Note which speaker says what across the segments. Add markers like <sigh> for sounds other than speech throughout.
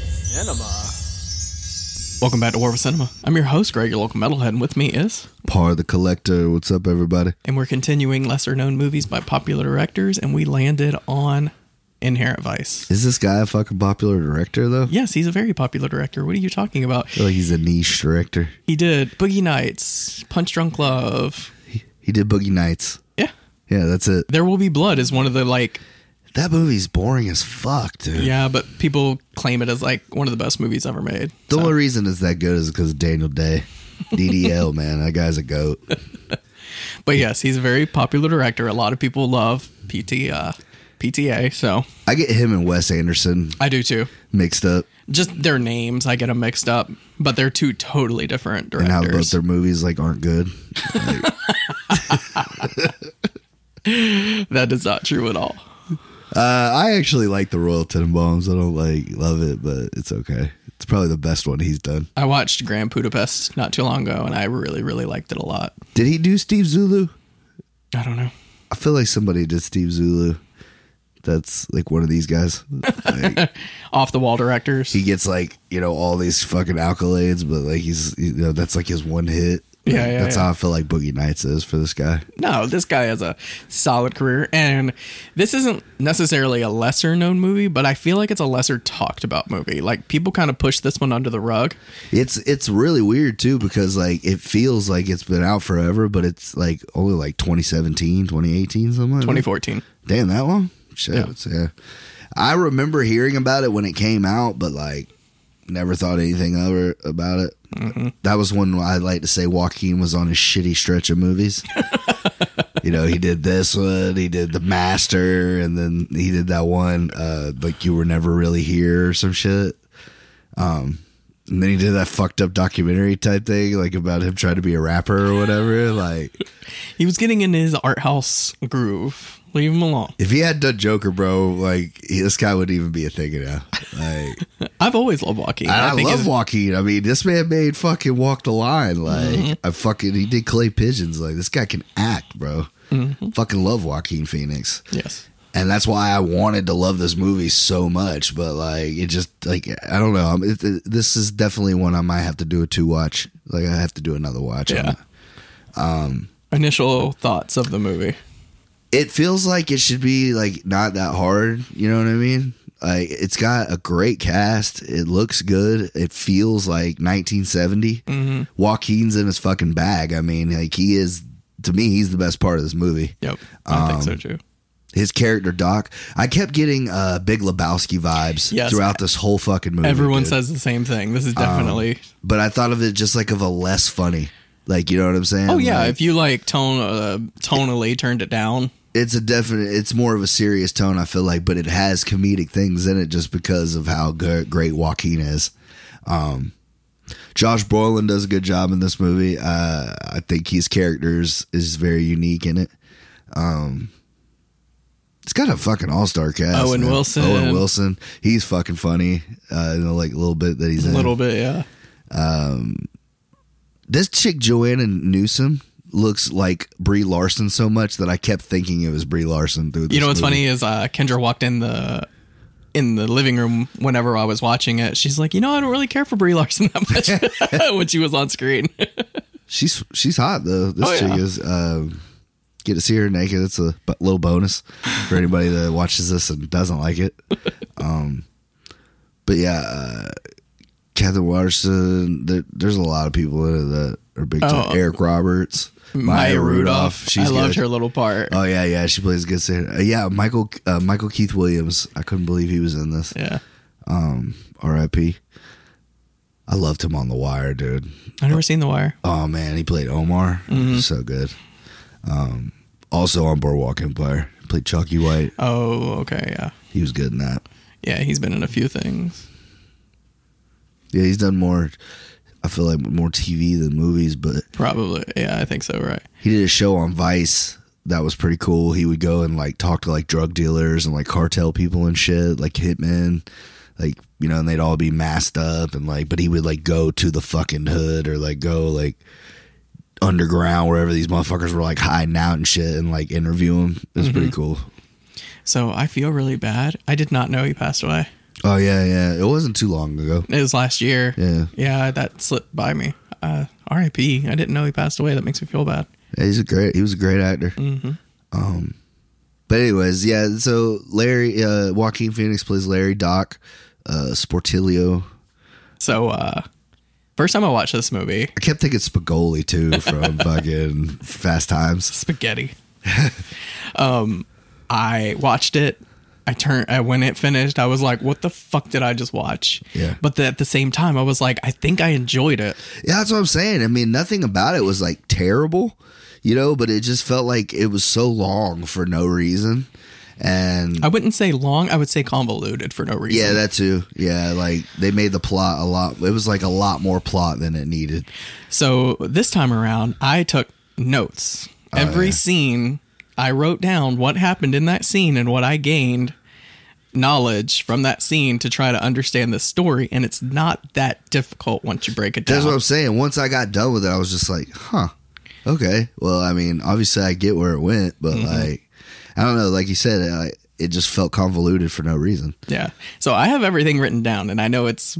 Speaker 1: Cinema. Welcome back to War with Cinema. I'm your host, Greg, your local metalhead, and with me is.
Speaker 2: Par the Collector. What's up, everybody?
Speaker 1: And we're continuing lesser known movies by popular directors, and we landed on Inherent Vice.
Speaker 2: Is this guy a fucking popular director, though?
Speaker 1: Yes, he's a very popular director. What are you talking about?
Speaker 2: I feel like he's a niche director.
Speaker 1: He did Boogie Nights, Punch Drunk Love.
Speaker 2: He did Boogie Nights.
Speaker 1: Yeah.
Speaker 2: Yeah, that's it.
Speaker 1: There Will Be Blood is one of the like,
Speaker 2: That movie's boring as fuck, dude.
Speaker 1: yeah, but people claim it as like one of the best movies ever made.
Speaker 2: The only reason it's that good is because Daniel Day. DDL, man. That guy's a goat.
Speaker 1: But yes, he's a very popular director. A lot of people love PT, uh, PTA, so
Speaker 2: I get him and Wes Anderson
Speaker 1: I do too.
Speaker 2: mixed up
Speaker 1: Just their names, I get them mixed up, but they're two totally different
Speaker 2: and how both
Speaker 1: directors.
Speaker 2: their movies like aren't good.
Speaker 1: <laughs> That is not true at all.
Speaker 2: Uh, I actually like the Royal Tenenbaums. I don't like love it, but it's okay. It's probably the best one he's done.
Speaker 1: I watched Grand Budapest not too long ago, and I really, really liked it a lot.
Speaker 2: Did he do Steve Zulu?
Speaker 1: I don't know.
Speaker 2: I feel like somebody did Steve Zulu. That's like one of these guys. Like,
Speaker 1: Off the wall directors.
Speaker 2: he gets like you know all these fucking accolades, but like he's you know that's like his one hit. Like,
Speaker 1: Yeah, yeah,
Speaker 2: that's
Speaker 1: yeah.
Speaker 2: how I feel like Boogie Nights is for this guy.
Speaker 1: no, this guy has a solid career, and this isn't necessarily a lesser known movie, but I feel like it's a lesser talked about movie. Like people kind of push this one under the rug.
Speaker 2: It's it's really weird too because like it feels like it's been out forever, but it's like only like 2017, 2018, something. Like that.
Speaker 1: 2014.
Speaker 2: Damn, that long? Shit.
Speaker 1: Yeah.
Speaker 2: it's- yeah. I remember hearing about it when it came out, but like never thought anything of it, about it. That was when I like to say Joaquin was on his shitty stretch of movies. you know, he did this one, he did The Master, and then he did that one, uh, like You Were Never Really Here or some shit. Um, and then he did that fucked up documentary type thing, like about him trying to be a rapper or whatever. Like,
Speaker 1: He was getting in his art house groove. Leave him alone.
Speaker 2: If he had done Joker, bro, like he- this guy wouldn't even be a thing now. Like,
Speaker 1: I've always loved Joaquin.
Speaker 2: I, I love
Speaker 1: his-
Speaker 2: Joaquin. I mean, this man made fucking walk the line. Like, I fucking he did clay pigeons. Like, this guy can act, bro. Fucking love Joaquin Phoenix,
Speaker 1: Yes.
Speaker 2: and that's why I wanted to love this movie so much. But like, it just like I don't know. I'm, it, it- this is definitely one I might have to do a two watch. Like, I have to do another watch. on
Speaker 1: Yeah.
Speaker 2: it.
Speaker 1: Initial thoughts of the movie.
Speaker 2: it feels like it should be like not that hard. You know what I mean? Like it's got a great cast. It looks good. It feels like 1970.
Speaker 1: Mm-hmm.
Speaker 2: Joaquin's in his fucking bag. I mean, like he is to me. He's the best part of this movie.
Speaker 1: Yep. I think so too.
Speaker 2: His character Doc. I kept getting uh, Big Lebowski vibes
Speaker 1: Yes.
Speaker 2: throughout this whole fucking movie.
Speaker 1: Everyone
Speaker 2: dude.
Speaker 1: says the same thing. This is definitely.
Speaker 2: but I thought of it just like of a less funny. Like you know what I'm saying?
Speaker 1: oh yeah,
Speaker 2: Like,
Speaker 1: if you like tone uh, tonally turned it down.
Speaker 2: it's a definite it's more of a serious tone i feel like but it has comedic things in it just because of how good, great joaquin is um josh brolin does a good job in this movie uh i think his character is, is very unique in it um it's got a fucking all-star cast
Speaker 1: Owen
Speaker 2: man.
Speaker 1: Wilson.
Speaker 2: owen wilson he's fucking funny uh in the like little bit that he's
Speaker 1: A
Speaker 2: in
Speaker 1: little bit, yeah.
Speaker 2: this chick Joanna Newsom looks like Brie Larson so much that I kept thinking it was Brie Larson through. This
Speaker 1: You know what's
Speaker 2: movie.
Speaker 1: funny is uh, Kendra walked in the in the living room whenever I was watching it. She's like, you know, I don't really care for Brie Larson that much <laughs> when she was on screen.
Speaker 2: She's she's hot though. This
Speaker 1: Oh,
Speaker 2: chick
Speaker 1: yeah.
Speaker 2: is. Um, get to see her naked. It's a bu- little bonus for anybody that watches this and doesn't like
Speaker 1: <laughs>
Speaker 2: it. Um, but yeah, uh, Catherine Waterston. There, there's a lot of people in it that are big time.
Speaker 1: Oh.
Speaker 2: Eric Roberts,
Speaker 1: Maya Rudolph,
Speaker 2: She's
Speaker 1: I loved
Speaker 2: good.
Speaker 1: her little part.
Speaker 2: Oh yeah, yeah. She plays a good singer. Uh, yeah, Michael uh, Michael Keith Williams. I couldn't believe he was in this. Um,
Speaker 1: yeah,
Speaker 2: R.I.P. I loved him on The Wire, dude.
Speaker 1: I've never seen The Wire.
Speaker 2: Oh man, he played Omar. So good. Um, also on Boardwalk Empire, played Chalky White.
Speaker 1: Oh, okay, yeah,
Speaker 2: He was good in that.
Speaker 1: yeah. He's been in a few things.
Speaker 2: Yeah, he's done more. I feel like more TV than movies, but
Speaker 1: Probably, yeah, I think so. Right.
Speaker 2: he did a show on Vice that was pretty cool. He would go and like talk to like drug dealers and like cartel people and shit, like hitmen, like you know, and they'd all be masked up and like, but he would like go to the fucking hood or like go like underground wherever these motherfuckers were like hiding out and shit and like interview him. It was pretty cool.
Speaker 1: So I feel really bad. I did not know he passed away.
Speaker 2: Oh yeah, yeah. It wasn't too long ago.
Speaker 1: It was last year.
Speaker 2: Yeah.
Speaker 1: Yeah, that slipped by me. Uh, R.I.P. I didn't know he passed away. That makes me feel bad.
Speaker 2: Yeah, he's a great. He was a great actor. Um, but anyways, yeah. So Larry uh, Joaquin Phoenix plays Larry Doc uh, Sportilio.
Speaker 1: So, uh, first time I watched this movie,
Speaker 2: I kept thinking Spagoli too from fucking Fast Times.
Speaker 1: spaghetti. <laughs> um, I watched it. I turned I, when it finished. I was like, "What the fuck did I just watch?"
Speaker 2: Yeah.
Speaker 1: But the, at the same time, I was like, "I think I enjoyed it."
Speaker 2: Yeah, that's what I'm saying. I mean, nothing about it was like terrible, you know. But it just felt like it was so long for no reason. And
Speaker 1: I wouldn't say long. I would say convoluted for no reason.
Speaker 2: yeah, that too. Yeah, like they made the plot a lot. It was like a lot more plot than it needed.
Speaker 1: So this time around, I took notes.
Speaker 2: Oh,
Speaker 1: Every scene, I wrote down what happened in that scene and what I gained knowledge from that scene to try to understand the story. And it's not that difficult once you break it down.
Speaker 2: That's what I'm saying. Once I got done with it, I was just like, huh, okay. Well, I mean, obviously I get where it went, but
Speaker 1: Mm-hmm.
Speaker 2: like, I don't know. Like you said, I, it just felt convoluted for no reason.
Speaker 1: Yeah. So I have everything written down, and I know it's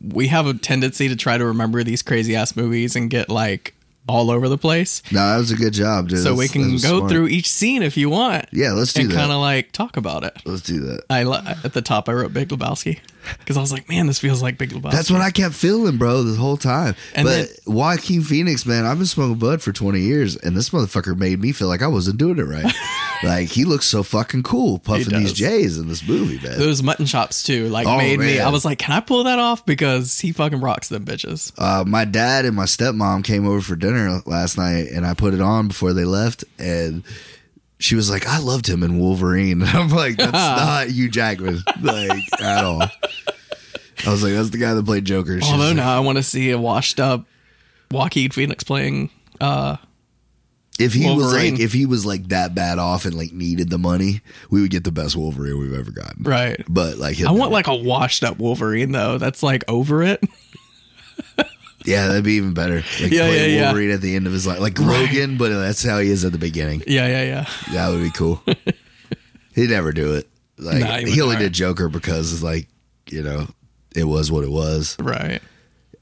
Speaker 1: we have a tendency to try to remember these crazy ass movies and get like all over the place.
Speaker 2: No, that was a good job, dude.
Speaker 1: So we
Speaker 2: That's- that
Speaker 1: can
Speaker 2: was
Speaker 1: go
Speaker 2: smart.
Speaker 1: through each scene if you want.
Speaker 2: Yeah, let's do
Speaker 1: and Uh,
Speaker 2: that.
Speaker 1: kind of like talk about it.
Speaker 2: Let's do that.
Speaker 1: I lo- at the top I wrote Big Lebowski because I was like, man, this feels like Big Lebowski.
Speaker 2: That's what I kept feeling, bro, this whole time.
Speaker 1: And
Speaker 2: but Joaquin Phoenix, man, I've been smoking bud for 20 years, and this motherfucker made me feel like I wasn't doing
Speaker 1: <laughs>
Speaker 2: it right. like, he looks so fucking cool puffing these
Speaker 1: does.
Speaker 2: J's in this movie, man.
Speaker 1: Those mutton chops too, like
Speaker 2: Oh,
Speaker 1: made me.
Speaker 2: man.
Speaker 1: I was like, can I pull that off? Because he fucking rocks them bitches.
Speaker 2: uh, my dad and my stepmom came over for dinner last night, and I put it on before they left, and she was like, "I loved him in Wolverine." <laughs> And I'm
Speaker 1: <laughs>
Speaker 2: like, "That's not Hugh Jackman, like at all." I was like, "That's the guy that played Joker." She
Speaker 1: Although
Speaker 2: was like,
Speaker 1: now I want to see a washed up Joaquin Phoenix playing. Uh,
Speaker 2: if he was
Speaker 1: Wolverine.
Speaker 2: like, if he was like that bad off and like needed the money, we would get the best Wolverine we've ever gotten.
Speaker 1: right.
Speaker 2: But like, he'll
Speaker 1: I want
Speaker 2: never-
Speaker 1: like a washed up Wolverine though. That's like over it. <laughs>
Speaker 2: yeah, that'd be even better. Like
Speaker 1: Yeah,
Speaker 2: play
Speaker 1: yeah, yeah.
Speaker 2: Wolverine at the end of his life, like Logan, but that's how he is at the beginning.
Speaker 1: Yeah, yeah, yeah.
Speaker 2: That would be
Speaker 1: <laughs>
Speaker 2: cool. He'd never do it. Like
Speaker 1: Nah, he
Speaker 2: he,
Speaker 1: would
Speaker 2: only
Speaker 1: not.
Speaker 2: did Joker because it's like you know it was what it was.
Speaker 1: Right.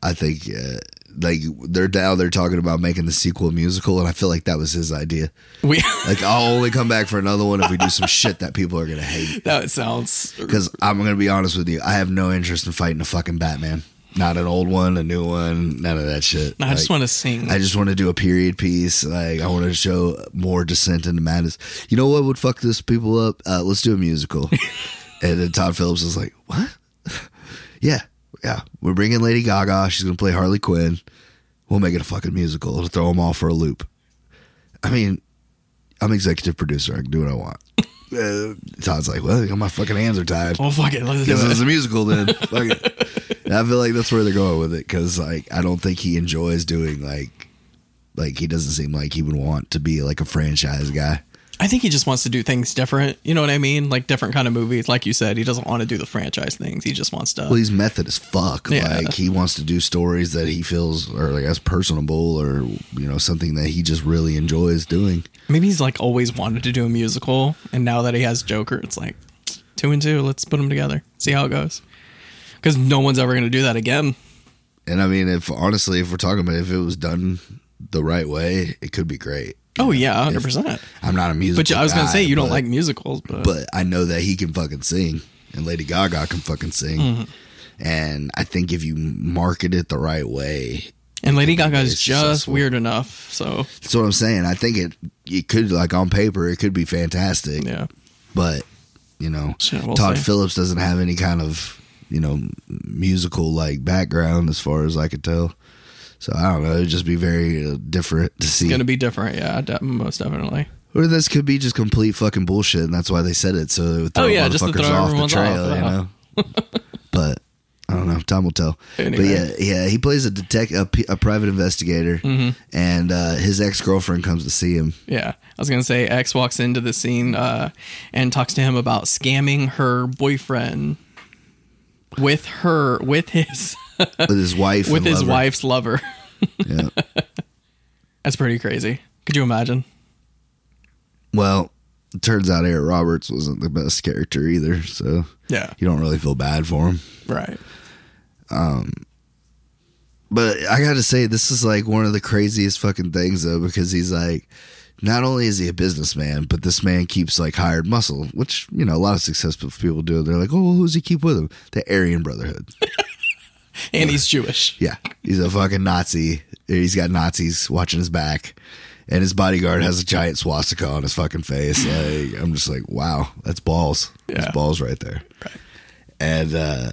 Speaker 2: I think uh, like they're now they're talking about making the sequel musical, and I feel like that was his idea.
Speaker 1: We <laughs>
Speaker 2: Like I'll only come back for another one if we do some shit that people are gonna hate.
Speaker 1: that sounds
Speaker 2: Because I'm gonna be honest with you, I have no interest in fighting a fucking Batman. Not an old one, a new one, none of that shit.
Speaker 1: I just
Speaker 2: Like,
Speaker 1: want to sing.
Speaker 2: I just want to do a period piece. Like I want to show more descent into madness. You know what would fuck this people up? Uh, let's do a musical. and then Todd Phillips was like, "What? <laughs> yeah, yeah. We're bringing Lady Gaga. She's gonna play Harley Quinn. We'll make it a fucking musical. It'll throw them all for a loop. I mean, I'm executive producer. I can do what I want." Uh, Todd's like, "Well, my fucking hands are tied."
Speaker 1: oh fuck it, let's do
Speaker 2: Because it's
Speaker 1: it.
Speaker 2: a
Speaker 1: <laughs>
Speaker 2: musical, then. Fuck it. And I feel like that's where they're going with it. Because like, I don't think he enjoys doing like, like he doesn't seem like he would want to be like a franchise guy.
Speaker 1: I think he just wants to do things different. You know what I mean? Like different kind of movies. Like you said, he doesn't want to do the franchise things. He just wants to.
Speaker 2: Well, he's method as fuck.
Speaker 1: Yeah.
Speaker 2: Like he wants to do stories that he feels are like as personable or you know something that he just really enjoys doing.
Speaker 1: Maybe he's like always wanted to do a musical, and now that he has Joker, it's like two and two. Let's put them together. See how it goes. Because no one's ever going to do that again.
Speaker 2: And I mean, if honestly, if we're talking about if it was done the right way, it could be great.
Speaker 1: Oh yeah, hundred percent.
Speaker 2: I'm not a musical.
Speaker 1: But you- I was going to
Speaker 2: guy,
Speaker 1: say you don't
Speaker 2: but-
Speaker 1: like musicals, but,
Speaker 2: but I know that he can fucking sing, and Lady Gaga can fucking sing.
Speaker 1: Mm-hmm.
Speaker 2: And I think if you market it the right way,
Speaker 1: and Lady Gaga is
Speaker 2: it's
Speaker 1: just
Speaker 2: successful.
Speaker 1: weird enough. So
Speaker 2: that's what I'm saying. I think it it could like on paper it could be fantastic,
Speaker 1: yeah.
Speaker 2: but you know
Speaker 1: Shit, we'll
Speaker 2: Todd
Speaker 1: see.
Speaker 2: Phillips doesn't have any kind of you know musical like background as far as I could tell. So I don't know. It'd just be very uh, different to see.
Speaker 1: gonna be different. Yeah, de- most definitely.
Speaker 2: Or this could be just complete fucking bullshit, and that's why they said it. So it would throw
Speaker 1: Oh, yeah, just to
Speaker 2: motherfuckers
Speaker 1: throw
Speaker 2: off the
Speaker 1: everyone's
Speaker 2: trail,
Speaker 1: off,
Speaker 2: you know.
Speaker 1: <laughs>
Speaker 2: but I don't know. Time will tell. But yeah,
Speaker 1: Anyway.
Speaker 2: yeah, he plays a detect a, p- a private investigator,
Speaker 1: Mm-hmm.
Speaker 2: and uh, his ex girlfriend comes to see him.
Speaker 1: Yeah, I was gonna say X walks into the scene uh, and talks to him about scamming her boyfriend with her with his
Speaker 2: with his wife.
Speaker 1: <laughs> with
Speaker 2: and
Speaker 1: his
Speaker 2: lover.
Speaker 1: wife's lover. <laughs>
Speaker 2: Yeah.
Speaker 1: That's pretty crazy. Could you imagine?
Speaker 2: Well, it turns out Eric Roberts wasn't the best character either, so
Speaker 1: Yeah.
Speaker 2: you don't really feel bad for him.
Speaker 1: Right.
Speaker 2: But I got to say, this is like one of the craziest fucking things though, because he's like, not only is he a businessman, but this man keeps like hired muscle, which you know a lot of successful people do. They're like, oh, well, who's he keep with him? The Aryan Brotherhood.
Speaker 1: And he's Jewish.
Speaker 2: Yeah, he's a fucking Nazi. He's got Nazis watching his back, and his bodyguard has a giant swastika on his fucking face. Like, I'm just like, wow, that's balls.
Speaker 1: Yeah.
Speaker 2: That's balls right there. And uh,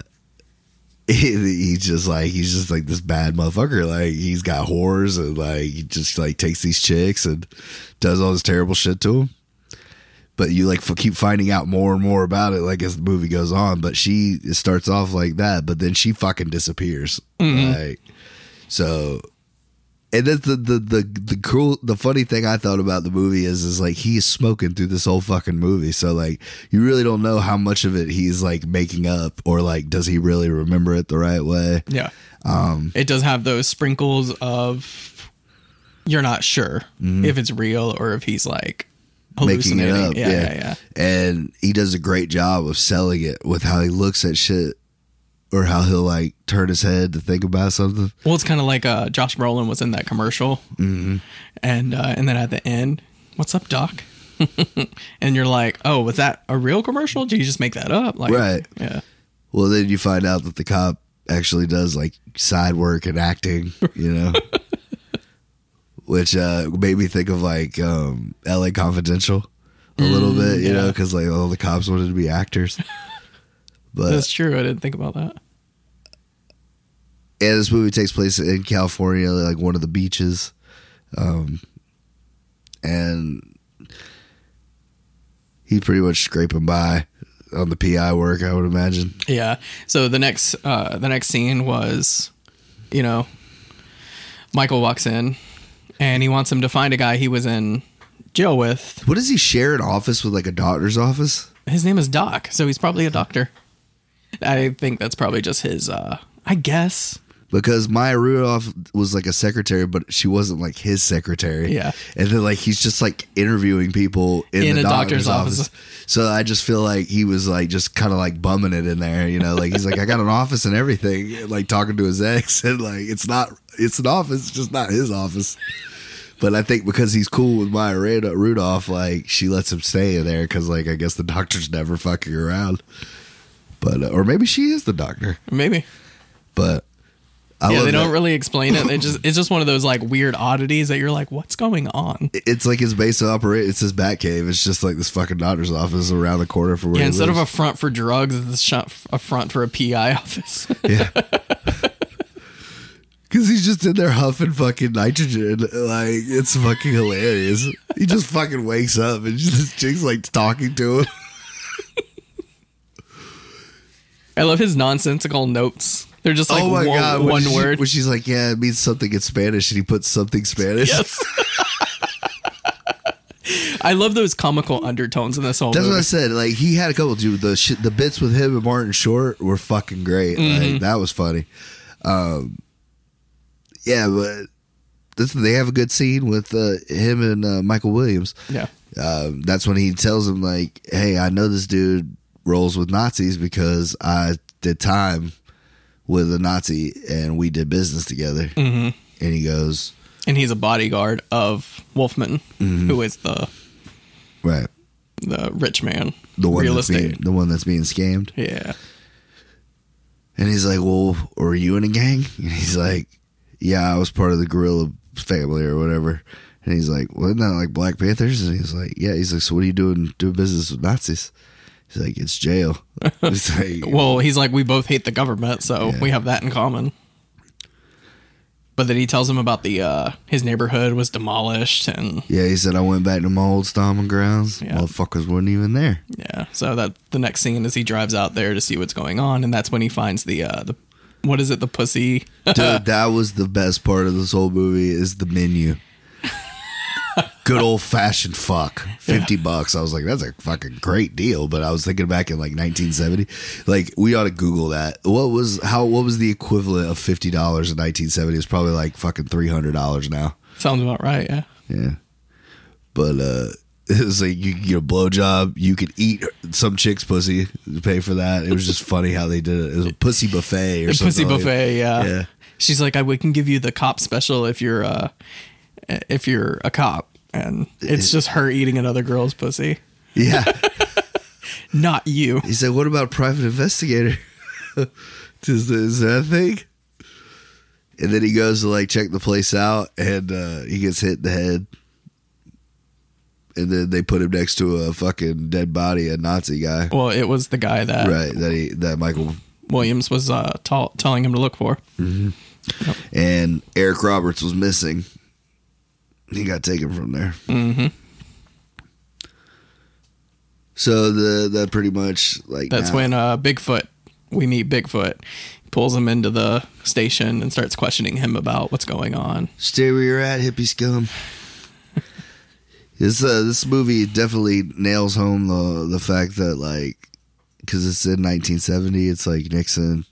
Speaker 2: <laughs> he, he's just like, he's just like this bad motherfucker. Like he's got whores, and like he just like takes these chicks and does all this terrible shit to them. But you like f- keep finding out more and more about it, like as the movie goes on. But she it starts off like that, but then she fucking disappears. Like so, and that's the the the the cool the funny thing I thought about the movie is is like he is smoking through this whole fucking movie. So like you really don't know how much of it he's like making up or like does he really remember it the right way?
Speaker 1: Yeah. Um, it does have those sprinkles of you're not sure if it's real or if he's like
Speaker 2: Mm-hmm. making
Speaker 1: hallucinating.
Speaker 2: it up.
Speaker 1: yeah, yeah, yeah.
Speaker 2: And he does a great job of selling it with how he looks at shit or how he'll like turn his head to think about something.
Speaker 1: Well, it's kind of like uh, Josh Brolin was in that commercial,
Speaker 2: Mm-hmm.
Speaker 1: and uh, and then at the end, what's up, Doc? <laughs> and you're like, oh, was that a real commercial? Did you just make that up? Like,
Speaker 2: Right.
Speaker 1: Yeah.
Speaker 2: Well, then you find out that the cop actually does like side work and acting, you know, which uh, made me think of like um, L.A. Confidential a little bit, you know, 'cause know,
Speaker 1: yeah.
Speaker 2: because like all the cops wanted to be actors. But
Speaker 1: That's true. I didn't think about that.
Speaker 2: and this movie takes place in California, like one of the beaches, um, and he's pretty much scraping by on the PI work, I would imagine.
Speaker 1: Yeah. So the next uh the next scene was, you know, Michael walks in and he wants him to find a guy he was in jail with.
Speaker 2: What does he share an office with, like a doctor's office?
Speaker 1: His name is Doc, so he's probably a doctor. I think that's probably just his uh I guess.
Speaker 2: Because Maya Rudolph was like a secretary, but she wasn't like his secretary.
Speaker 1: Yeah.
Speaker 2: and then like he's just like interviewing people in,
Speaker 1: In
Speaker 2: the
Speaker 1: a doctor's
Speaker 2: doctor's, office.
Speaker 1: office.
Speaker 2: So I just feel like he was like just kind of like bumming it in there, you know, like he's like I got an office and everything, and, like talking to his ex, <laughs> and like it's not it's an office, it's just not his office. But I think because he's cool with Maya Ru- Rudolph, like she lets him stay in there because like I guess the doctor's never fucking around. But uh, or maybe she is the doctor.
Speaker 1: Maybe.
Speaker 2: But I
Speaker 1: yeah,
Speaker 2: love
Speaker 1: they
Speaker 2: that.
Speaker 1: don't really explain
Speaker 2: <laughs>
Speaker 1: it. It just it's just one of those like weird oddities that you're like, what's going on?
Speaker 2: it's like his base of operate. It's his bat cave. It's just like this fucking doctor's office around the corner from where.
Speaker 1: Yeah,
Speaker 2: he
Speaker 1: instead of
Speaker 2: lives.
Speaker 1: a front for drugs, it's a sh- a front for a PI <laughs> office.
Speaker 2: Yeah. <laughs> Cause he's just in there huffing fucking nitrogen, like it's fucking hilarious. He just fucking wakes up and <laughs> just, this chick's like talking to him.
Speaker 1: I love his nonsensical notes. They're just like
Speaker 2: oh
Speaker 1: one
Speaker 2: my god! when
Speaker 1: one
Speaker 2: she-
Speaker 1: word.
Speaker 2: When she's like, "Yeah, it means something in Spanish," and he puts something Spanish.
Speaker 1: Yes. I love those comical undertones in this whole
Speaker 2: That's what
Speaker 1: movie.
Speaker 2: I said. Like he had a couple. Dude, the shit, the bits with him and Martin Short were fucking great.
Speaker 1: Mm-hmm.
Speaker 2: Like that was funny. Um, yeah, but this, they have a good scene with uh, him and uh, Michael Williams.
Speaker 1: yeah.
Speaker 2: Um, that's when he tells him like, "Hey, I know this dude rolls with Nazis because I did time with a Nazi and we did business together." Mm-hmm. And he goes,
Speaker 1: And he's a bodyguard of Wolfman,
Speaker 2: Mm-hmm.
Speaker 1: who is the
Speaker 2: "Right,
Speaker 1: the rich man.
Speaker 2: the one
Speaker 1: real
Speaker 2: that's being,
Speaker 1: estate.
Speaker 2: the one that's being scammed."
Speaker 1: Yeah.
Speaker 2: And he's like, "Well, were you in a gang?" <laughs> And he's like, "Yeah, I was part of the gorilla family or whatever." And he's like, "Well, isn't that like Black Panthers?" And he's like, "Yeah." He's like, "So what are you doing doing business with Nazis?" He's like, "It's jail." He's like,
Speaker 1: Well, he's like, we both hate the government, so
Speaker 2: Yeah.
Speaker 1: we have that in common. But then he tells him about the uh, his neighborhood was demolished, and
Speaker 2: "Yeah." He said, "I went back to my old stomping grounds.
Speaker 1: Yeah.
Speaker 2: Motherfuckers weren't even there."
Speaker 1: yeah. So that the next scene is he drives out there to see what's going on, and that's when he finds the uh, the what is it the pussy
Speaker 2: Dude, that was the best part of this whole movie is the menu. Good old fashioned fuck. 50 bucks. I was like, that's a fucking great deal. But I was thinking back in like 1970. Like, we ought to Google that. What was how what was the equivalent of $50 in 1970? It's probably like fucking $300 now.
Speaker 1: sounds about right. Yeah.
Speaker 2: Yeah. But uh <laughs> It was like you could get a blowjob, you could eat some chick's pussy to pay for that. It was just funny how they did it. It was a pussy buffet or
Speaker 1: The
Speaker 2: something.
Speaker 1: pussy
Speaker 2: like-
Speaker 1: buffet. yeah.
Speaker 2: Yeah.
Speaker 1: She's like, I we can give you the cop special if you're uh if you're a cop, and it's just her eating another girl's pussy,
Speaker 2: Yeah.
Speaker 1: not you.
Speaker 2: He said, "What about a private investigator? <laughs> is, is that a thing?" And then he goes to like check the place out, and uh, he gets hit in the head. And then they put him next to a fucking dead body, a Nazi guy,
Speaker 1: Well, it was the guy that
Speaker 2: right? That he that Michael
Speaker 1: Williams was uh, tell telling him to look for.
Speaker 2: and Eric Roberts was missing. He got taken from there. Mm-hmm. So the that pretty much like
Speaker 1: That's
Speaker 2: now-
Speaker 1: when uh, Bigfoot, we meet Bigfoot, pulls him into the station and starts questioning him about what's going on.
Speaker 2: Stay where you're at, hippie scum. this uh, this movie definitely nails home the the fact that like because it's in 1970, it's like Nixon,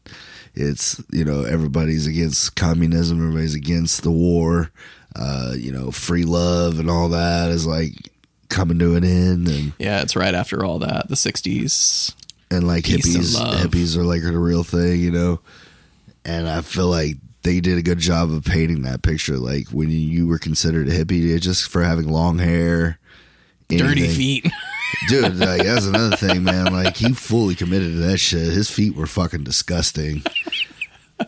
Speaker 2: it's you know everybody's against communism, everybody's against the war, uh, you know free love and all that is like coming to an end and
Speaker 1: Yeah, it's right after all that, the 60s.
Speaker 2: and like
Speaker 1: Peace and
Speaker 2: hippies
Speaker 1: love.
Speaker 2: hippies are like the real thing you know and i feel like they did a good job of painting that picture like when you were considered a hippie just for having long hair
Speaker 1: Dirty
Speaker 2: anything.
Speaker 1: feet.
Speaker 2: <laughs>
Speaker 1: <laughs>
Speaker 2: dude like that's another thing man like he fully committed to that shit his feet were fucking disgusting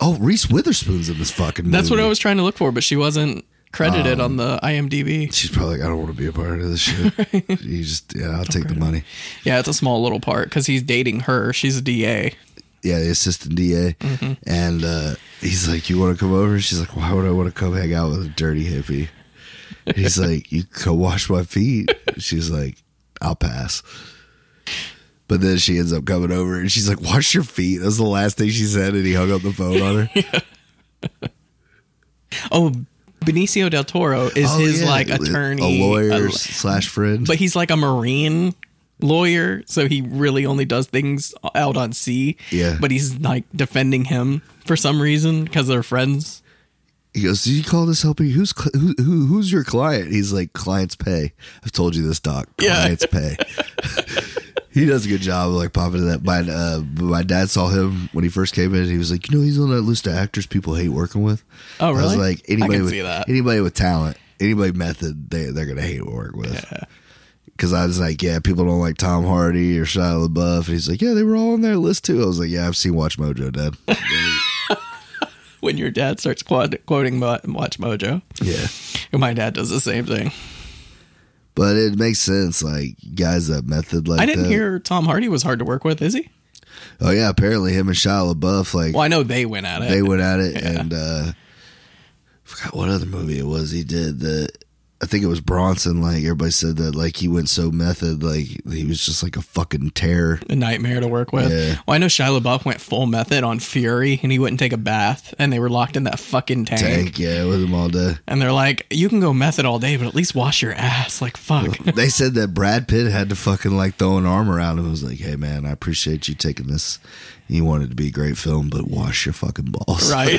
Speaker 2: oh reese witherspoon's in this fucking
Speaker 1: That's what
Speaker 2: movie.
Speaker 1: I was trying to look for, but she wasn't
Speaker 2: Um.
Speaker 1: credited on the IMDb.
Speaker 2: she's probably like i don't want to be a part of this shit
Speaker 1: <laughs>
Speaker 2: you just yeah i'll take the money
Speaker 1: Yeah, it's a small little part because he's dating her. She's a DA.
Speaker 2: yeah, the assistant DA,
Speaker 1: Mm-hmm.
Speaker 2: and uh, he's like, "You want to come over?" And she's like, "Why would I want to come hang out with a dirty hippie?"
Speaker 1: <laughs>
Speaker 2: And he's like, "You can come wash my feet." And she's like, "I'll pass." But then she ends up coming over, and she's like, "Wash your feet." That's the last thing she said, and he hung up the phone
Speaker 1: <laughs>
Speaker 2: on her.
Speaker 1: Oh, Benicio del Toro is
Speaker 2: Oh,
Speaker 1: his
Speaker 2: yeah,
Speaker 1: like attorney,
Speaker 2: a lawyer
Speaker 1: a-
Speaker 2: slash friend.
Speaker 1: but he's like a marine lawyer, so he really only does things out on sea.
Speaker 2: Yeah.
Speaker 1: but he's like defending him for some reason because they're friends.
Speaker 2: he goes, "Do you call this helping? Who's cl- who, who, who's your client?" He's like, "Clients pay." I've told you this, doc.
Speaker 1: Yeah.
Speaker 2: Clients pay.
Speaker 1: <laughs>
Speaker 2: <laughs> he does a good job of like popping to that. My uh, my dad saw him when he first came in. He was like, "You know, he's on that list of actors people hate working with."
Speaker 1: Oh,
Speaker 2: I was
Speaker 1: really?
Speaker 2: like,
Speaker 1: I
Speaker 2: anybody
Speaker 1: can
Speaker 2: with
Speaker 1: see that.
Speaker 2: anybody with talent, anybody method, they they're gonna hate work with. Cause I was like, yeah, people don't like Tom Hardy or Shia LaBeouf. And he's like, yeah, they were all on their list too. I was like, yeah, I've seen Watch Mojo, Dad.
Speaker 1: <laughs> When your dad starts quad- quoting Mo- Watch Mojo,
Speaker 2: yeah.
Speaker 1: and my dad does the same thing.
Speaker 2: But it makes sense, like guys that method like
Speaker 1: I didn't
Speaker 2: that.
Speaker 1: hear Tom Hardy was hard to work with, is he?
Speaker 2: Oh yeah, apparently him and Shia LaBeouf like
Speaker 1: Well, I know they went at it.
Speaker 2: they
Speaker 1: <laughs>
Speaker 2: went at it, and uh, forgot what other movie it was he did that. I think it was Bronson. Like everybody said that, like he went so method, like he was just like a fucking terror.
Speaker 1: a nightmare to work with.
Speaker 2: Yeah.
Speaker 1: Well, I know Shia LaBeouf went full method on Fury, and he wouldn't take a bath, and they were locked in that fucking tank.
Speaker 2: Tank, yeah, with him
Speaker 1: <laughs>
Speaker 2: all day.
Speaker 1: And they're like, "You can go method all day, but at least wash your ass." Like,
Speaker 2: <laughs>
Speaker 1: fuck.
Speaker 2: They said that Brad Pitt had to fucking like throw an arm around him. It was like, hey man, I appreciate you taking this. You wanted to be a great film, but wash your fucking balls.
Speaker 1: right.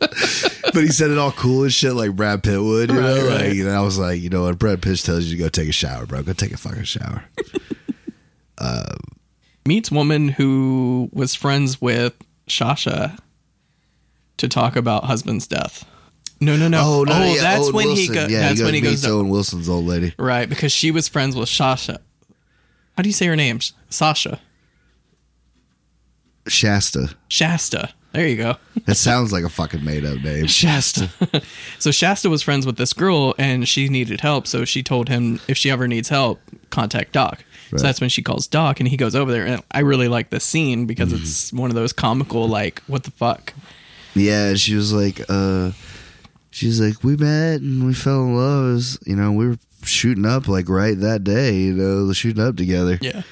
Speaker 2: but he said it all cool and shit like Brad Pitt would, you
Speaker 1: Right,
Speaker 2: know.
Speaker 1: right.
Speaker 2: Like, you know, I was like, you know what, Brad Pitt tells you to go take a shower, bro. Go take a fucking shower.
Speaker 1: Meets woman who was friends with Shasha to talk about husband's death. No, no, no.
Speaker 2: oh no, yeah,
Speaker 1: that's
Speaker 2: Owen
Speaker 1: when he
Speaker 2: Wilson.
Speaker 1: goes.
Speaker 2: yeah,
Speaker 1: that's
Speaker 2: he
Speaker 1: when he
Speaker 2: meets
Speaker 1: goes. to-
Speaker 2: Owen Wilson's old lady,
Speaker 1: right, because she was friends with Shasha. How do you say her name? Sasha.
Speaker 2: Shasta.
Speaker 1: Shasta. There you go.
Speaker 2: That sounds like a fucking made up name.
Speaker 1: Shasta. <laughs> so Shasta was friends with this girl and she needed help. So she told him if she ever needs help, contact Doc.
Speaker 2: Right.
Speaker 1: So that's when she calls Doc and he goes over there. And I really like this scene because
Speaker 2: Mm-hmm.
Speaker 1: it's one of those comical, like, what the fuck?
Speaker 2: Yeah, and she was like, uh, she's like, we met and we fell in love. It was, you know, we were shooting up like right that day. You know, shooting up together.
Speaker 1: Yeah.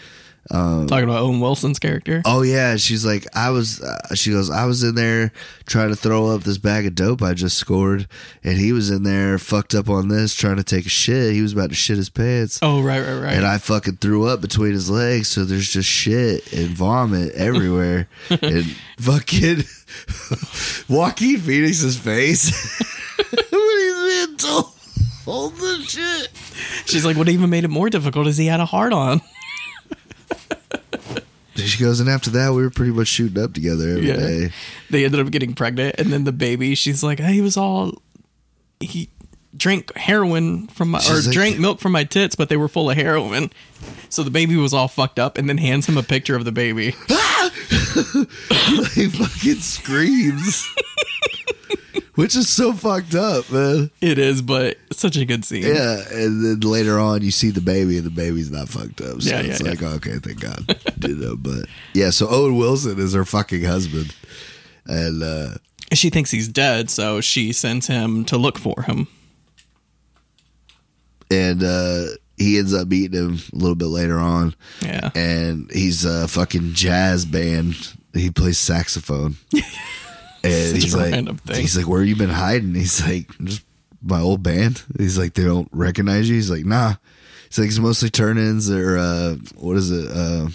Speaker 1: Um, Talking about Owen Wilson's character.
Speaker 2: Oh yeah, she's like I was. Uh, she goes, I was in there trying to throw up this bag of dope I just scored, and he was in there fucked up on this trying to take a shit. He was about to shit his pants,
Speaker 1: Oh, right, right, right.
Speaker 2: and I fucking threw up between his legs. So there's just shit and vomit
Speaker 1: <laughs>
Speaker 2: everywhere, and fucking <laughs> <laughs> Joaquin Phoenix's face when he's being told Hold the shit.
Speaker 1: She's like, what even made it more difficult is he had a heart on.
Speaker 2: She goes, and after that, we were pretty much shooting up together every
Speaker 1: Yeah.
Speaker 2: day.
Speaker 1: They ended up getting pregnant, and then the baby. She's like, he was all he drank heroin from my or
Speaker 2: She's like-
Speaker 1: drank milk from my tits, but they were full of heroin. So the baby was all fucked up, and then hands him a picture of the baby. <laughs>
Speaker 2: <laughs> he fucking
Speaker 1: <laughs>
Speaker 2: screams, which is so fucked up, man.
Speaker 1: It is, but it's such a good scene.
Speaker 2: Yeah, and then later on, you see the baby, and the baby's not fucked up. So
Speaker 1: Yeah, yeah,
Speaker 2: it's
Speaker 1: yeah.
Speaker 2: like, oh, okay, thank God, you know. But yeah, so Owen Wilson is her fucking husband, and uh,
Speaker 1: She thinks he's dead, so she sends him to look for him.
Speaker 2: and uh, he ends up meeting him a little bit later on,
Speaker 1: Yeah.
Speaker 2: and he's a fucking jazz band. He
Speaker 1: <laughs>
Speaker 2: plays saxophone, and
Speaker 1: Such
Speaker 2: he's
Speaker 1: a
Speaker 2: like,
Speaker 1: random thing.
Speaker 2: he's like, where you been hiding? He's like, just my old band. He's like, they don't recognize you. He's like, nah. He's like, it's mostly turn-ins or uh, what is it? Uh,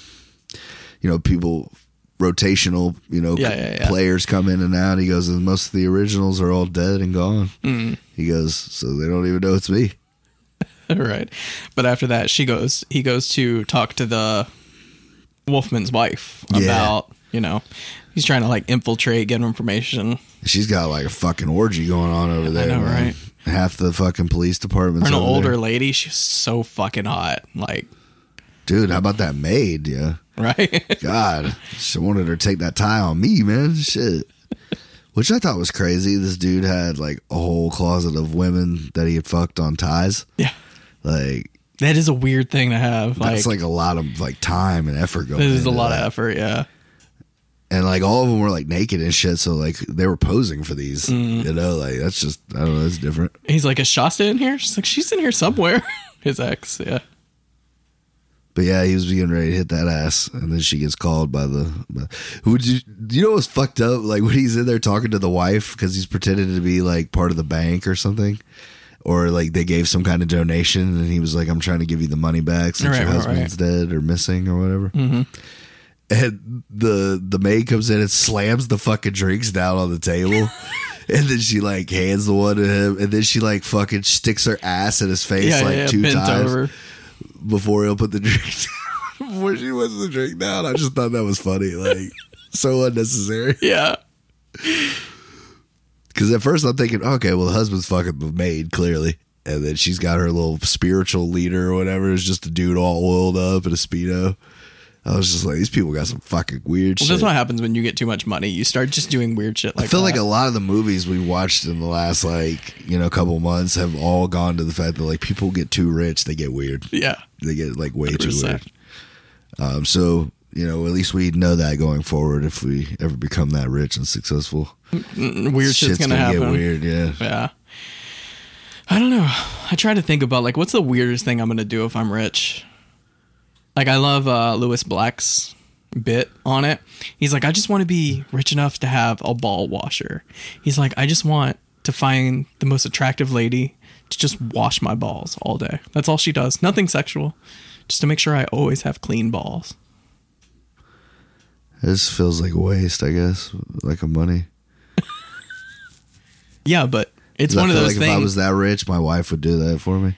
Speaker 2: you know, people rotational. You know,
Speaker 1: Yeah, yeah, yeah.
Speaker 2: players come in and out. He goes, and most of the originals are all dead and gone.
Speaker 1: Mm.
Speaker 2: He goes, so they don't even know it's me.
Speaker 1: right. But after that, she goes. He goes to talk to the Wolfman's wife
Speaker 2: Yeah.
Speaker 1: about you know he's trying to like infiltrate, get information.
Speaker 2: She's got like a fucking orgy going on over there.
Speaker 1: know,
Speaker 2: man.
Speaker 1: right?
Speaker 2: Half the fucking police department's
Speaker 1: Or an
Speaker 2: over
Speaker 1: older
Speaker 2: there.
Speaker 1: lady, she's so fucking hot. Like, <laughs>
Speaker 2: Dude, how about that maid? Yeah.
Speaker 1: right?
Speaker 2: God, she wanted her to take that tie on me, man. Shit. Which I thought was crazy. This dude had like a whole closet of women that he had fucked on ties.
Speaker 1: yeah,
Speaker 2: Like,
Speaker 1: that is a weird thing to have. Like,
Speaker 2: that's like a lot of like time and effort going.
Speaker 1: this is a
Speaker 2: into
Speaker 1: lot
Speaker 2: that.
Speaker 1: of effort. Yeah,
Speaker 2: and like all of them were like naked and shit. So like they were posing for these,
Speaker 1: Mm.
Speaker 2: you know. Like that's just I don't know. That's different.
Speaker 1: he's like, is Shasta in here? She's like, she's in here somewhere. <laughs> His ex. Yeah,
Speaker 2: But yeah, he was getting ready to hit that ass, and then she gets called by the. By, would you? do You know what's fucked up? Like when he's in there talking to the wife because he's pretending to be like part of the bank or something, or like they gave some kind of donation, and he was like, "I'm trying to give you the money back since
Speaker 1: Right,
Speaker 2: your
Speaker 1: right,
Speaker 2: husband's dead or missing or whatever."
Speaker 1: Mm-hmm.
Speaker 2: And the the maid comes in and slams the fucking drinks down on
Speaker 1: <laughs>
Speaker 2: the table. And then she like hands the one to him, and then she like fucking sticks her ass in his face
Speaker 1: yeah,
Speaker 2: like
Speaker 1: yeah.
Speaker 2: two
Speaker 1: bent
Speaker 2: times
Speaker 1: over.
Speaker 2: before he'll put the drink <laughs> down. before she puts the drink down. I just thought that was funny.
Speaker 1: <laughs>
Speaker 2: Like, so unnecessary.
Speaker 1: Yeah,
Speaker 2: Because at first I'm thinking, okay, well, the husband's fucking the maid, clearly. And then she's got her little spiritual leader or whatever. It's just a dude all oiled up in a Speedo. I was just like, these people got some fucking weird
Speaker 1: well,
Speaker 2: shit.
Speaker 1: that's what happens when you get too much money. You start just doing weird shit. Like
Speaker 2: I feel
Speaker 1: that.
Speaker 2: like a lot of the movies we watched in the last like you know couple months have all gone to the fact that like people get too rich, they get weird.
Speaker 1: yeah,
Speaker 2: They get like way too weird.
Speaker 1: 100%.
Speaker 2: Um, so you know, at least we know that going forward, if we ever become that rich and successful,
Speaker 1: weird shit's, gonna, happen.
Speaker 2: get weird. Yeah,
Speaker 1: Yeah. I don't know. I try to think about like what's the weirdest thing I'm gonna do if I'm rich. Like I love uh Lewis Black's bit on it. He's like, I just want to be rich enough to have a ball washer. He's like, I just want to find the most attractive lady to just wash my balls all day. That's all she does. Nothing sexual. Just to make sure I always have clean balls.
Speaker 2: this feels like a waste. I guess like a money.
Speaker 1: Yeah, but it's
Speaker 2: 'Cause I
Speaker 1: one of
Speaker 2: feel
Speaker 1: those
Speaker 2: like If I
Speaker 1: things.
Speaker 2: was that rich, my wife would do that for me.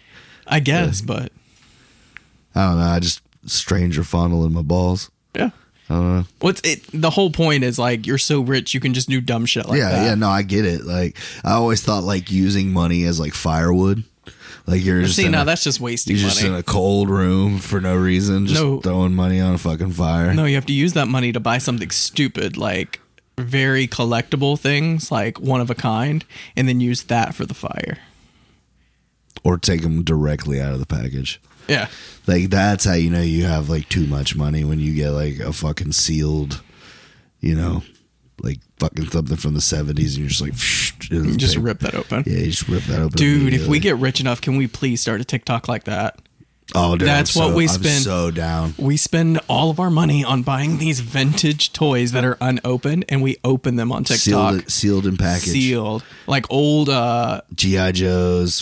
Speaker 1: I guess, but
Speaker 2: I don't know. I just stranger fondling my balls.
Speaker 1: yeah.
Speaker 2: I don't know.
Speaker 1: What's it? The whole point is like you're so rich you can just do dumb shit like
Speaker 2: yeah,
Speaker 1: that.
Speaker 2: yeah. No, I get it. Like I always thought, like using money as like firewood. Like you're just
Speaker 1: See,
Speaker 2: in
Speaker 1: now
Speaker 2: a-
Speaker 1: that's just wasting
Speaker 2: you're
Speaker 1: money.
Speaker 2: just in a cold room for no reason, just
Speaker 1: No.
Speaker 2: throwing money on a fucking fire.
Speaker 1: no, you have to use that money to buy something stupid, like very collectible things, like one of a kind, and then use that for the fire.
Speaker 2: or take them directly out of the package.
Speaker 1: Yeah.
Speaker 2: Like that's how you know you have like too much money when you get like a fucking sealed, you know, like fucking something from the seventies, and you're just like,
Speaker 1: You just rip that open.
Speaker 2: Yeah, you just rip that open,
Speaker 1: Dude, if we
Speaker 2: immediately.
Speaker 1: get rich enough, can we please start a TikTok like that?
Speaker 2: oh, dude,
Speaker 1: that's
Speaker 2: I'm
Speaker 1: what
Speaker 2: so-
Speaker 1: we
Speaker 2: I'm
Speaker 1: spend-
Speaker 2: So down.
Speaker 1: We spend all of our money on buying these vintage toys that are unopened and we open them on TikTok.
Speaker 2: Sealed, sealed in package.
Speaker 1: Sealed. Like old uh
Speaker 2: GI Joes,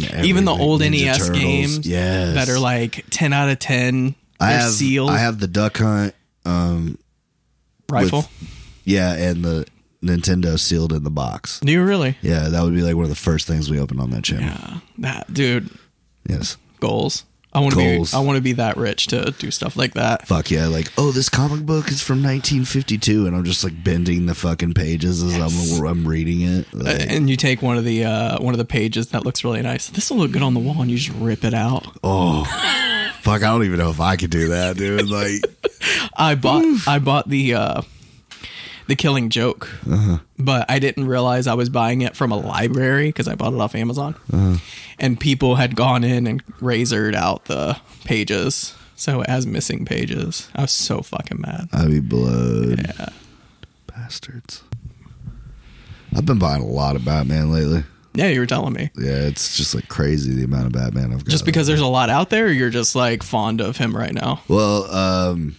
Speaker 1: even the
Speaker 2: everything.
Speaker 1: old
Speaker 2: Ninja
Speaker 1: NES
Speaker 2: Turtles.
Speaker 1: games
Speaker 2: yes.
Speaker 1: that are like 10 out of 10
Speaker 2: I
Speaker 1: they're
Speaker 2: have
Speaker 1: sealed
Speaker 2: I have the Duck Hunt
Speaker 1: rifle
Speaker 2: Yeah, and the Nintendo sealed in the box.
Speaker 1: Do you really?
Speaker 2: Yeah, that would be like one of the first things we opened on that channel.
Speaker 1: Yeah. That dude,
Speaker 2: Yes.
Speaker 1: goals. I want to be.
Speaker 2: Goals.
Speaker 1: I want to be that rich to do stuff like that.
Speaker 2: Fuck yeah. Like, oh, this comic book is from 1952. And I'm just like bending the fucking pages as I'm, I'm reading it. Like,
Speaker 1: And you take one of the uh, one of the pages that looks really nice. This will look good on the wall, and you just rip it out.
Speaker 2: oh, fuck. I don't even know if I could do that, dude. Like,
Speaker 1: I bought I bought the uh, the Killing Joke, but I didn't realize I was buying it from a library because I bought it off Amazon, and people had gone in and razored out the pages, so it has missing pages. I was so fucking mad.
Speaker 2: <laughs> I'd be blown. Yeah. Bastards. I've been buying a lot of Batman lately.
Speaker 1: Yeah, you were telling me
Speaker 2: Yeah, it's just like crazy the amount of Batman I've got.
Speaker 1: just because there's a lot out there. Or you're just like fond of him right now.
Speaker 2: Well, um,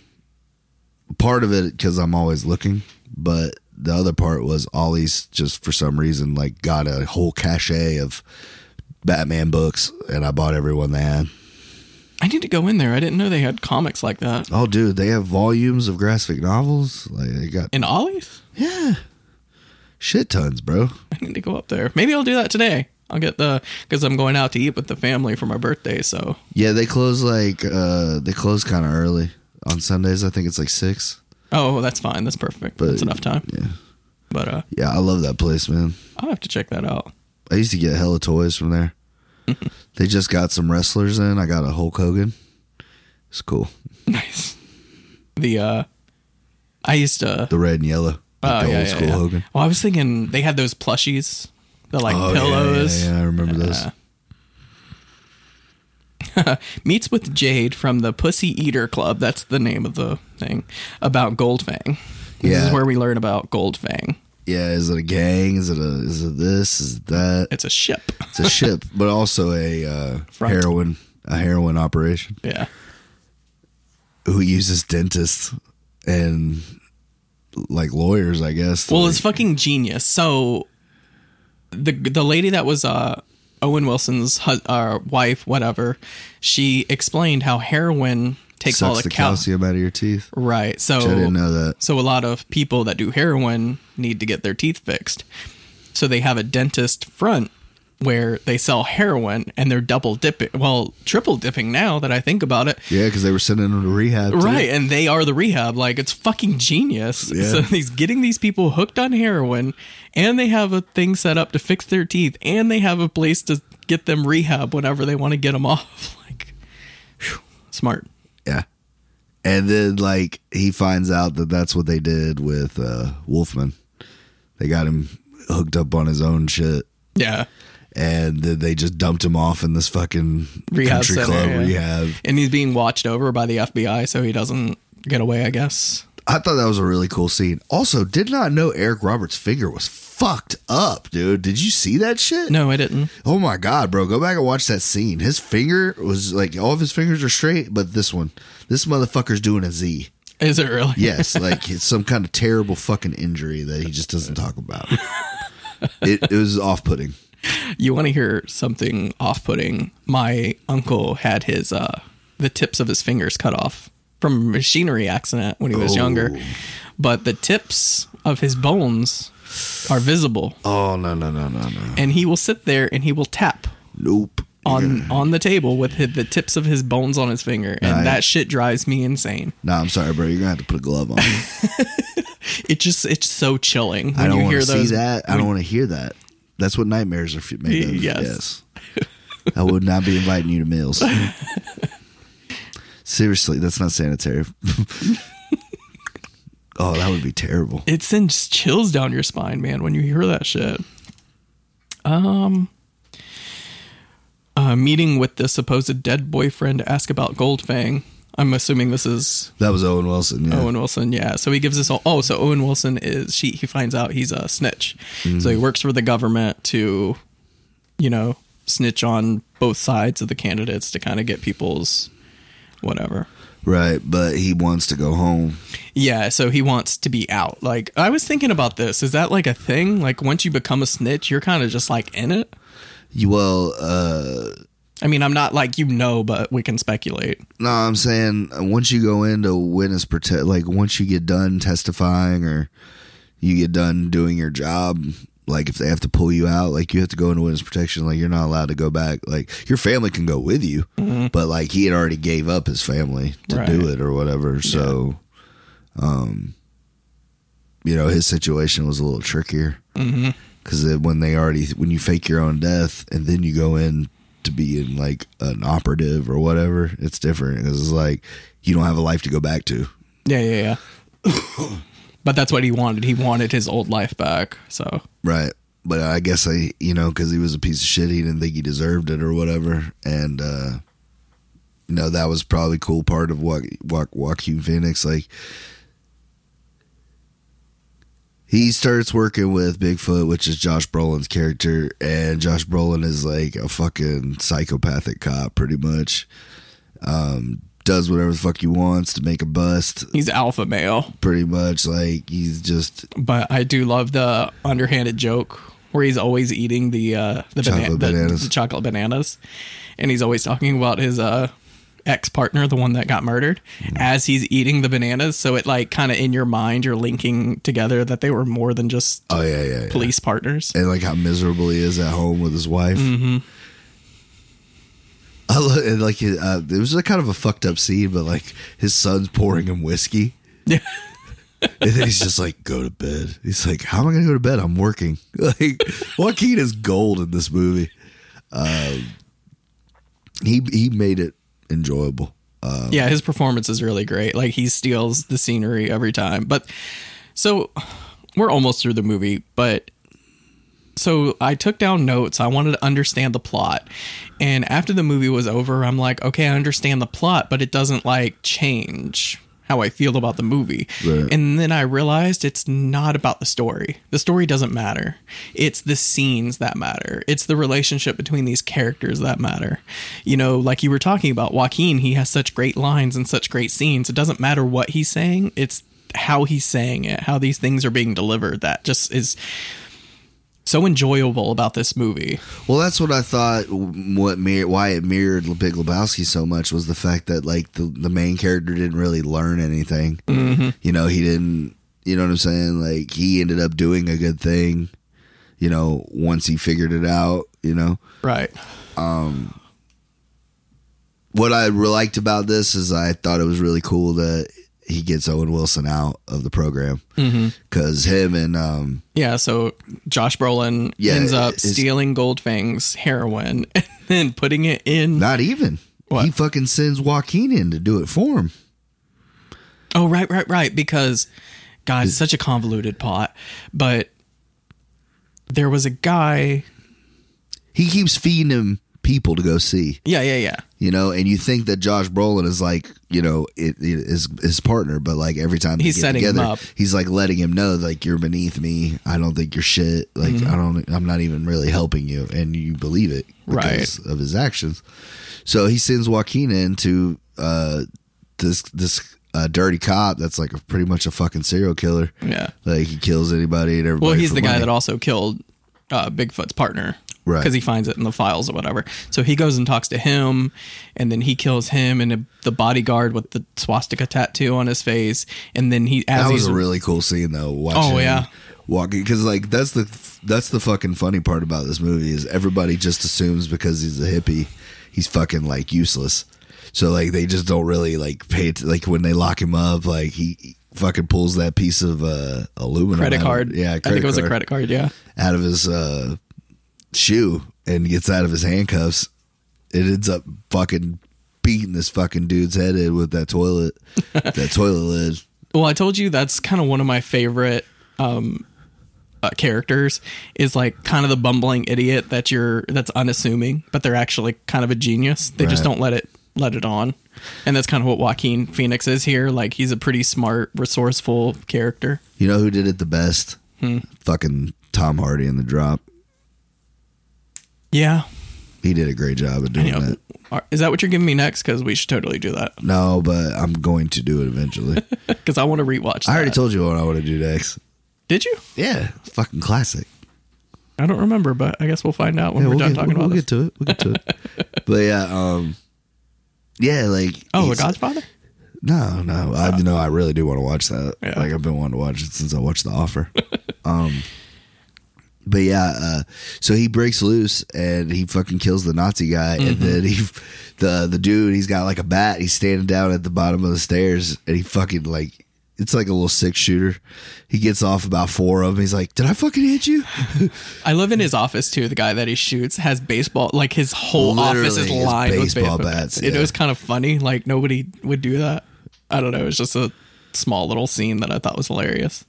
Speaker 2: part of it because I'm always looking, but the other part was Ollie's just for some reason like got a whole cachet of Batman books, and I bought everyone they had.
Speaker 1: I need to go in there. I didn't know they had comics like that.
Speaker 2: Oh, dude, they have volumes of graphic novels. Like they got
Speaker 1: In Ollie's?
Speaker 2: yeah, shit tons, bro.
Speaker 1: I need to go up there. Maybe I'll do that today. I'll get the because I'm going out to eat with the family for my birthday. So
Speaker 2: Yeah, they close like uh they close kind of early on Sundays. I think it's like six.
Speaker 1: Oh, that's fine. That's perfect.
Speaker 2: But-
Speaker 1: that's enough time.
Speaker 2: Yeah,
Speaker 1: But uh,
Speaker 2: yeah, I love that place, man.
Speaker 1: I'll have to check that out. <laughs>
Speaker 2: I used to get hella toys from there. they just got some wrestlers in. I got a Hulk Hogan. It's cool.
Speaker 1: Nice. The uh, I used to.
Speaker 2: The red and yellow.
Speaker 1: oh,
Speaker 2: Like the
Speaker 1: yeah,
Speaker 2: old
Speaker 1: yeah,
Speaker 2: school
Speaker 1: yeah.
Speaker 2: Hogan.
Speaker 1: Well, I was thinking they had those plushies, the like
Speaker 2: Oh, yeah,
Speaker 1: pillows.
Speaker 2: Yeah, yeah, I remember those.
Speaker 1: Yeah. <laughs> Meets with Jade from the Pussy Eater Club. That's the name of the thing about Goldfang. This
Speaker 2: Yeah.
Speaker 1: is where we learn about Goldfang.
Speaker 2: Yeah, is it a gang? Is it a is it this? Is it that?
Speaker 1: It's a ship.
Speaker 2: It's
Speaker 1: <laughs>
Speaker 2: a ship, but also a uh,
Speaker 1: Front.
Speaker 2: heroin a heroin operation.
Speaker 1: Yeah.
Speaker 2: Who uses dentists and like lawyers, I guess. to,
Speaker 1: Well,
Speaker 2: like-
Speaker 1: it's fucking genius. So the the lady that was uh, Owen Wilson's hus- uh, wife, whatever, she explained how heroin takes all
Speaker 2: sucks
Speaker 1: the,
Speaker 2: the
Speaker 1: cal-
Speaker 2: calcium out of your teeth.
Speaker 1: Right.
Speaker 2: I
Speaker 1: So
Speaker 2: didn't know that.
Speaker 1: so a lot of people that do heroin need to get their teeth fixed. So they have a dentist front where they sell heroin and they're double dipping, well, triple dipping now that I think about it.
Speaker 2: Yeah, because they were sending them to rehab. too.
Speaker 1: Right, and they are the rehab. Like it's fucking genius. <laughs>
Speaker 2: Yeah.
Speaker 1: So he's getting these people hooked on heroin, and they have a thing set up to fix their teeth, and they have a place to get them rehab whenever they want to get them <laughs> off. Like, phew, smart.
Speaker 2: Yeah. And then like he finds out that that's what they did with uh Wolfman. They got him hooked up on his own shit
Speaker 1: Yeah,
Speaker 2: and then they just dumped him off in this fucking
Speaker 1: Rehab
Speaker 2: country
Speaker 1: center,
Speaker 2: club
Speaker 1: yeah.
Speaker 2: rehab.
Speaker 1: and he's being watched over by the FBI, so he doesn't get away. I guess.
Speaker 2: I thought that was a really cool scene. Also, did not know Eric Roberts' finger was fucked up, dude. Did you see that shit?
Speaker 1: No, I didn't.
Speaker 2: Oh my god, bro, go back and watch that scene. His finger was like all of his fingers are straight, but this one, this motherfucker's doing a Z.
Speaker 1: Is it really?
Speaker 2: Yes, like it's some kind of terrible fucking injury that he just doesn't talk about. It, it was off putting.
Speaker 1: You want to hear something off-putting? My uncle had his uh the tips of his fingers cut off from a machinery accident when he
Speaker 2: Oh.
Speaker 1: was younger, but the tips of his bones are visible,
Speaker 2: Oh no no no no no.
Speaker 1: and he will sit there and he will tap
Speaker 2: Nope.
Speaker 1: on on the table with hi- the tips of his bones on his finger, and
Speaker 2: Nice.
Speaker 1: that shit drives me insane.
Speaker 2: Nah, I'm sorry, bro. You're gonna have to put a
Speaker 1: <laughs>
Speaker 2: glove on.
Speaker 1: It just it's so chilling when
Speaker 2: I don't
Speaker 1: you
Speaker 2: want
Speaker 1: hear
Speaker 2: to see
Speaker 1: those.
Speaker 2: that. I don't want to hear that. That's what nightmares are f- made of.
Speaker 1: Yes.
Speaker 2: Yes. I would not be inviting you to meals. <laughs> Seriously, that's not sanitary. <laughs> oh, that would be terrible.
Speaker 1: It sends chills down your spine, man, when you hear that shit. Um, a meeting with the supposed dead boyfriend to ask about Goldfang. I'm assuming this is
Speaker 2: That was Owen Wilson. Yeah.
Speaker 1: Owen Wilson. Yeah. So he gives us all. Oh, so Owen Wilson is she? He finds out he's a snitch. So he works for the government to, you know, snitch on both sides of the candidates to kind of get people's whatever.
Speaker 2: Right, but he wants to go home.
Speaker 1: Yeah, so he wants to be out. Like I was thinking about this. Is that like a thing? Like once you become a snitch, you're kind of just like in it.
Speaker 2: You, well, uh,
Speaker 1: I mean, I'm not like you know, but we can speculate.
Speaker 2: No, I'm saying uh, once you go into witness protect, like once you get done testifying or you get done doing your job, like if they have to pull you out, like you have to go into witness protection, like you're not allowed to go back. Like your family can go with you,
Speaker 1: Mm-hmm,
Speaker 2: but like he had already gave up his family to do
Speaker 1: Right.
Speaker 2: it or whatever. So, um, you know, his situation was a little trickier
Speaker 1: mm-hmm.
Speaker 2: because when they already when you fake your own death and then you go in to be in like an operative or whatever, it's different. 'Cause it's like you don't have a life to go back to.
Speaker 1: Yeah, yeah, <coughs> yeah. but that's what he wanted. He wanted his old life back. So
Speaker 2: Right. But I guess I, you know, because he was a piece of shit, he didn't think he deserved it or whatever. And, uh, you know, that was probably cool part of what what Joaquin Phoenix, like, he starts working with Bigfoot, which is Josh Brolin's character. And Josh Brolin is like a fucking psychopathic cop, pretty much. Um, does whatever the fuck he wants to make a bust,
Speaker 1: he's alpha male.
Speaker 2: pretty much. Like, he's just
Speaker 1: But I do love the underhanded joke where he's always eating the uh, the, bana-
Speaker 2: Chocolate
Speaker 1: the-
Speaker 2: bananas.
Speaker 1: the chocolate bananas, and he's always talking about his uh, ex partner, the one that got murdered,
Speaker 2: Mm.
Speaker 1: as he's eating the bananas. So it like kind of in your mind, you're linking together that they were more than just
Speaker 2: oh, yeah, yeah, yeah.
Speaker 1: police partners.
Speaker 2: and like how miserable he is at home with his wife. I lo- and like uh, it was like kind of a fucked up scene, but like his son's pouring him whiskey,
Speaker 1: Yeah.
Speaker 2: <laughs> and then he's just like, "Go to bed." He's like, "How am I gonna go to bed? I'm working." <laughs> Like Joaquin is gold in this movie. Um, he he made it enjoyable.
Speaker 1: yeah, his performance is really great. Like he steals the scenery every time. But so we're almost through the movie, but so I took down notes. I wanted to understand the plot. And after the movie was over, I'm like, okay, I understand the plot, but it doesn't like change how I feel about the movie.
Speaker 2: Right.
Speaker 1: And then I realized it's not about the story. The story doesn't matter. It's the scenes that matter. It's the relationship between these characters that matter. You know, like you were talking about Joaquin, he has such great lines and such great scenes. It doesn't matter what he's saying. It's how he's saying it, how these things are being delivered that just is so enjoyable about this movie.
Speaker 2: Well, that's what I thought. What mir- why it mirrored Le- Big Lebowski so much was the fact that like the the main character didn't really learn anything. You know, he didn't. You know what I'm saying? Like he ended up doing a good thing. You know, once he figured it out. You know
Speaker 1: Right.
Speaker 2: what I re- liked about this is I thought it was really cool that he gets Owen Wilson out of the program because him and um
Speaker 1: Yeah, so Josh Brolin
Speaker 2: Yeah,
Speaker 1: ends up
Speaker 2: it's-
Speaker 1: stealing Goldfang's heroin <laughs> and then putting it in
Speaker 2: not even
Speaker 1: What?
Speaker 2: he fucking sends Joaquin in to do it for him.
Speaker 1: Oh, right, right, right. Because, God, it's such a convoluted plot. But there was a guy.
Speaker 2: He keeps feeding him people to go see.
Speaker 1: Yeah, yeah, yeah.
Speaker 2: you know, and you think that Josh Brolin is like, you know, it, it is his partner, but like every time they
Speaker 1: He's
Speaker 2: get
Speaker 1: setting him
Speaker 2: together,
Speaker 1: up.
Speaker 2: he's like letting him know, like you're beneath me. I don't think you're shit. Like
Speaker 1: Mm-hmm.
Speaker 2: I don't, I'm not even really helping you, and you believe it because of his actions. So he sends Joaquin in to uh, this this uh, dirty cop that's like a, pretty much a fucking serial killer.
Speaker 1: Yeah.
Speaker 2: Like he kills anybody and everybody.
Speaker 1: Well, he's
Speaker 2: for
Speaker 1: the guy
Speaker 2: money.
Speaker 1: that also killed uh, Bigfoot's partner.
Speaker 2: Right.
Speaker 1: Because he finds it in the files or whatever. So he goes and talks to him, and then he kills him and the bodyguard with the swastika tattoo on his face. And then he, as
Speaker 2: That
Speaker 1: he's
Speaker 2: was a really cool scene though. Watching
Speaker 1: Oh, yeah.
Speaker 2: him walking because like that's the that's the fucking funny part about this movie is everybody just assumes because he's a hippie, he's fucking like useless. So like they just don't really like pay it, like when they lock him up, like he fucking pulls that piece of uh aluminum
Speaker 1: credit
Speaker 2: out of-
Speaker 1: card.
Speaker 2: yeah,
Speaker 1: I think it was a credit card. Yeah.
Speaker 2: out of his uh shoe and gets out of his handcuffs. It ends up fucking beating this fucking dude's head in with that
Speaker 1: <laughs>
Speaker 2: toilet, that toilet lid.
Speaker 1: Well, I told you that's kind of one of my favorite um, uh, characters is like kind of the bumbling idiot that you're that's unassuming, but they're actually kind of a genius. They just
Speaker 2: Right.
Speaker 1: don't let it let it on, and that's kind of what Joaquin Phoenix is here. Like he's a pretty smart, resourceful character.
Speaker 2: You know who did it the best?
Speaker 1: Hmm.
Speaker 2: Fucking Tom Hardy in the drop.
Speaker 1: Yeah,
Speaker 2: He did a great job of doing
Speaker 1: you know,
Speaker 2: that.
Speaker 1: are- is that what you're giving me next? Because we should totally do that. <laughs>
Speaker 2: No, but I'm going to do it eventually.
Speaker 1: Because I want to rewatch. That.
Speaker 2: I already told you what I want to do next.
Speaker 1: Did you?
Speaker 2: Yeah, it's fucking classic.
Speaker 1: I don't remember, but I guess we'll find out when
Speaker 2: Yeah,
Speaker 1: we're
Speaker 2: we'll
Speaker 1: done
Speaker 2: get,
Speaker 1: talking
Speaker 2: we'll,
Speaker 1: about
Speaker 2: we'll
Speaker 1: this.
Speaker 2: get
Speaker 1: <laughs>
Speaker 2: to it. We'll get to it. but yeah, um, yeah, like
Speaker 1: Oh, The
Speaker 2: he's-
Speaker 1: Godfather.
Speaker 2: No, no. I you know I really do want to watch that.
Speaker 1: Yeah.
Speaker 2: Like I've been wanting to watch it since I watched The Offer. <laughs> um but yeah, uh, so he breaks loose and he fucking kills the Nazi guy, and then he, the the dude, he's got like a bat. He's standing down at the bottom of the stairs, and he fucking like, it's like a little six shooter. He gets off about four of them. He's like, "Did I fucking hit you?"
Speaker 1: I love in his office too. The guy that he shoots has baseball. Like his whole office is
Speaker 2: Literally, his
Speaker 1: lined with baseball
Speaker 2: baseball bats,
Speaker 1: bats. It
Speaker 2: yeah.
Speaker 1: was kind of funny. Like nobody would do that. I don't know. It was just a small little scene that I thought was hilarious.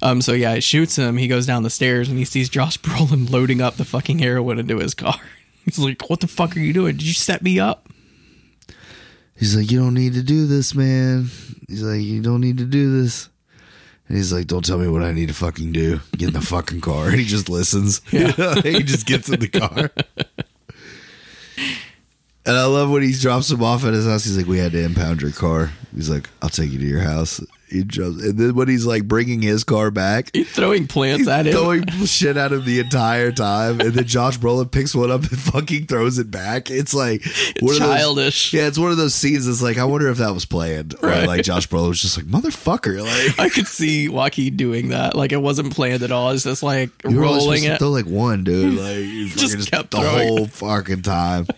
Speaker 1: Um. So yeah, it shoots him. He goes down the stairs and he sees Josh <laughs> Brolin loading up the fucking heroin into his car. <laughs> He's like, "What the fuck are you doing? Did you set me up?"
Speaker 2: He's like, "You don't need to do this, man." He's like, "You don't need to do this." And he's like, "Don't tell me what I need to fucking do. Get in the fucking car." <laughs> And he just listens.
Speaker 1: Yeah.
Speaker 2: <laughs> he just gets in the car. And I love when he drops him off at his house. He's like, "We had to impound your car." He's like, "I'll take you to your house." He drops, and then when he's like bringing his car back,
Speaker 1: He's throwing plants
Speaker 2: he's
Speaker 1: at him.
Speaker 2: throwing shit at him the entire time. And then Josh Brolin picks one up and fucking throws it back. It's like one of those-
Speaker 1: Childish.
Speaker 2: yeah, it's one of those scenes. It's like I wonder if that was planned, or
Speaker 1: Right.
Speaker 2: like Josh Brolin was just like motherfucker, like
Speaker 1: I could see Joaquin doing that. Like it wasn't planned at all. It's just like
Speaker 2: you were only
Speaker 1: rolling
Speaker 2: supposed to
Speaker 1: it.
Speaker 2: throw like one dude,
Speaker 1: <laughs>
Speaker 2: like you
Speaker 1: Just
Speaker 2: fucking
Speaker 1: kept
Speaker 2: the
Speaker 1: throwing.
Speaker 2: whole fucking time.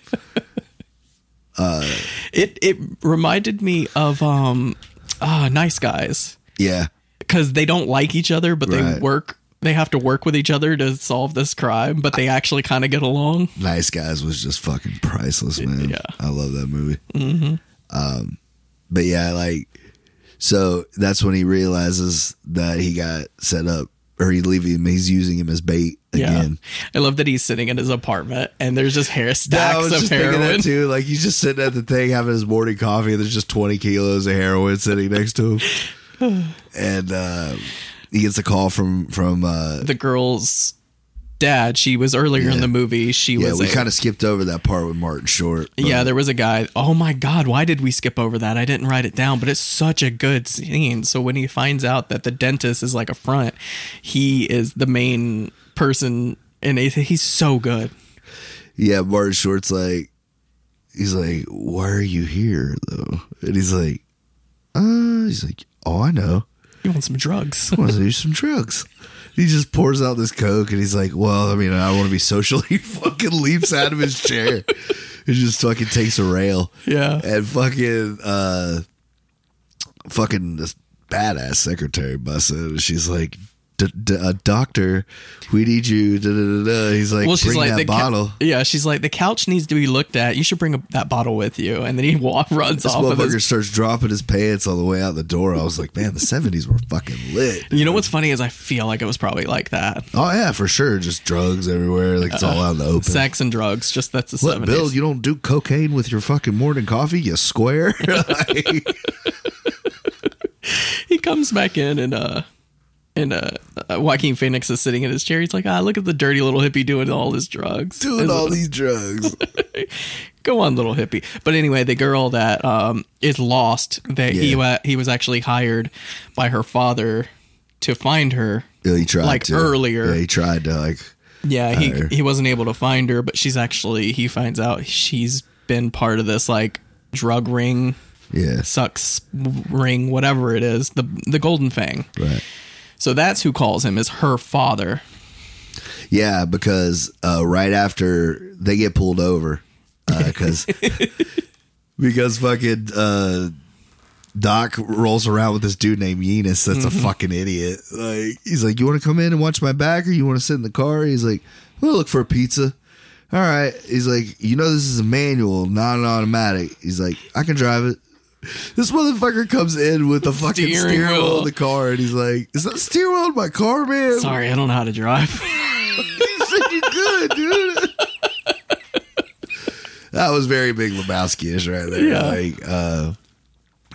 Speaker 1: It it reminded me of um ah nice guys
Speaker 2: Yeah,
Speaker 1: because they don't like each other, but
Speaker 2: Right.
Speaker 1: they work. They have to work with each other to solve this crime, but they actually kind of get along.
Speaker 2: Nice Guys was just fucking priceless, man.
Speaker 1: Yeah. Mm-hmm.
Speaker 2: I love that movie. Um, but yeah, like so that's when he realizes that he got set up, or he's leaving him. He's using him as bait
Speaker 1: Yeah,
Speaker 2: again.
Speaker 1: I love that he's sitting in his apartment and there's just hair
Speaker 2: Yeah, I
Speaker 1: stacks
Speaker 2: was
Speaker 1: of
Speaker 2: just thinking
Speaker 1: heroin.
Speaker 2: that too. Like he's just sitting at the thing having his morning coffee, and there's just 20 kilos of heroin sitting next to him,
Speaker 1: <sighs>
Speaker 2: and uh, he gets a call from from. Uh,
Speaker 1: The girl's dad. She was earlier in the movie. She
Speaker 2: yeah,
Speaker 1: was
Speaker 2: we
Speaker 1: a-
Speaker 2: kind of skipped over that part with Martin Short. but
Speaker 1: Yeah, there was a guy. Oh my God, why did we skip over that? I didn't write it down, but it's such a good scene. So when he finds out that the dentist is like a front, he is the main person, and it- he's so good.
Speaker 2: yeah, Martin Short's like, he's like, why are you here though? And he's like, uh, he's like, oh, I know.
Speaker 1: You want some drugs? <laughs>
Speaker 2: I want to do some drugs. He just pours out this coke and he's like, "Well, I mean, I want to be social." <laughs> He fucking leaps out of his chair. He just fucking takes a rail.
Speaker 1: Yeah.
Speaker 2: and fucking uh, fucking this badass secretary busts in. and She's like, "D- d- uh, "Doctor, we need you." Da, da, da, da. He's like,
Speaker 1: Well, she's
Speaker 2: "Bring
Speaker 1: like
Speaker 2: that
Speaker 1: the cou-
Speaker 2: bottle."
Speaker 1: yeah, she's like the couch needs to be looked at. You should bring a, that bottle with you, and then he wa- <laughs> runs
Speaker 2: this
Speaker 1: off of
Speaker 2: motherfucker
Speaker 1: his.
Speaker 2: starts dropping his pants on the way out the door. I was like, "Man, the seventies were fucking lit."
Speaker 1: You know what's funny is I feel like it was probably like that.
Speaker 2: Oh yeah, for sure. Just drugs everywhere. Like it's all out in the open.
Speaker 1: Sex and drugs, just that's the
Speaker 2: Look, Bill,
Speaker 1: seventies.
Speaker 2: you don't do cocaine with your fucking morning coffee,
Speaker 1: <laughs>
Speaker 2: you square.
Speaker 1: he comes back in and uh and uh Joaquin Phoenix is sitting in his chair. He's like, ah, look at the dirty little hippie doing all his drugs.
Speaker 2: Doing
Speaker 1: It's-
Speaker 2: all
Speaker 1: <laughs>
Speaker 2: these drugs.
Speaker 1: Go on, little hippie. But anyway, the girl that um is lost that he
Speaker 2: Yeah.
Speaker 1: wa- he was actually hired by her father to find her.
Speaker 2: Yeah, he tried
Speaker 1: Like
Speaker 2: to.
Speaker 1: earlier.
Speaker 2: Yeah, he tried to like
Speaker 1: Yeah, he
Speaker 2: Hire.
Speaker 1: Uh, he wasn't able to find her, but she's actually he finds out she's been part of this like drug ring,
Speaker 2: Yeah.
Speaker 1: sucks ring, whatever it is, the the Golden Fang.
Speaker 2: Right.
Speaker 1: So that's who calls him is her father.
Speaker 2: Yeah, because uh, right after they get pulled over, because because fucking uh, Doc rolls around with this dude named Yenis. That's a fucking idiot. Like he's like, you want to come in and watch my back, or you want to sit in the car? He's like, we'll look for a pizza. All right. He's like, you know, this is a manual, not an automatic. He's like, I can drive it. This motherfucker comes in with the fucking
Speaker 1: Steering
Speaker 2: steering wheel
Speaker 1: wheel.
Speaker 2: in the car, and he's like, "Is that steering wheel in my car, man?"
Speaker 1: Sorry, I don't know how to
Speaker 2: <laughs>
Speaker 1: drive.
Speaker 2: You said you could, dude. that was very big Lebowski-ish right there.
Speaker 1: Yeah.
Speaker 2: Like, uh,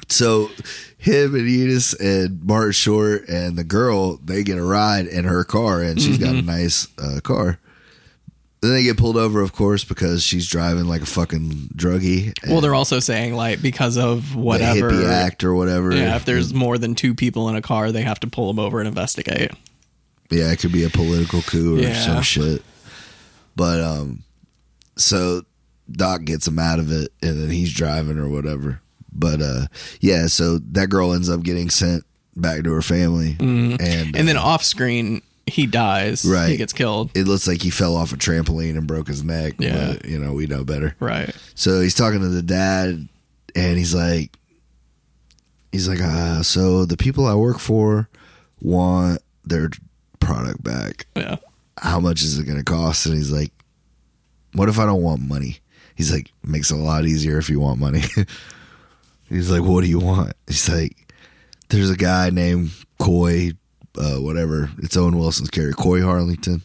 Speaker 2: so him and Eunice and Bart Short and the girl, they get a ride in her car, and she's got a
Speaker 1: Mm-hmm.
Speaker 2: nice uh, car. Then they get pulled over, of course, because she's driving like a fucking druggie. and
Speaker 1: Well, they're also saying like because of
Speaker 2: the
Speaker 1: whatever.
Speaker 2: hippie act or whatever.
Speaker 1: Yeah, if there's more than two people in a car, they have to pull them over and investigate.
Speaker 2: Yeah, it could be a political coup or
Speaker 1: Yeah.
Speaker 2: some shit. But um, so Doc gets him out of it, and then he's driving or whatever. But uh, yeah, so that girl ends up getting sent back to her family, and
Speaker 1: Mm-hmm. And
Speaker 2: uh,
Speaker 1: then off screen, he dies.
Speaker 2: Right.
Speaker 1: He gets killed.
Speaker 2: it looks like he fell off a trampoline and broke his neck.
Speaker 1: Yeah.
Speaker 2: but, you know we know better.
Speaker 1: Right.
Speaker 2: So he's talking to the dad, and he's like, he's like, uh, so the people I work for want their product back.
Speaker 1: Yeah.
Speaker 2: How much is it going to cost? And he's like, what if I don't want money? He's like, makes it a lot easier if you want money. <laughs> he's like, what do you want? He's like, there's a guy named Coy, uh, whatever. It's Owen Wilson's character, Coy Harlington,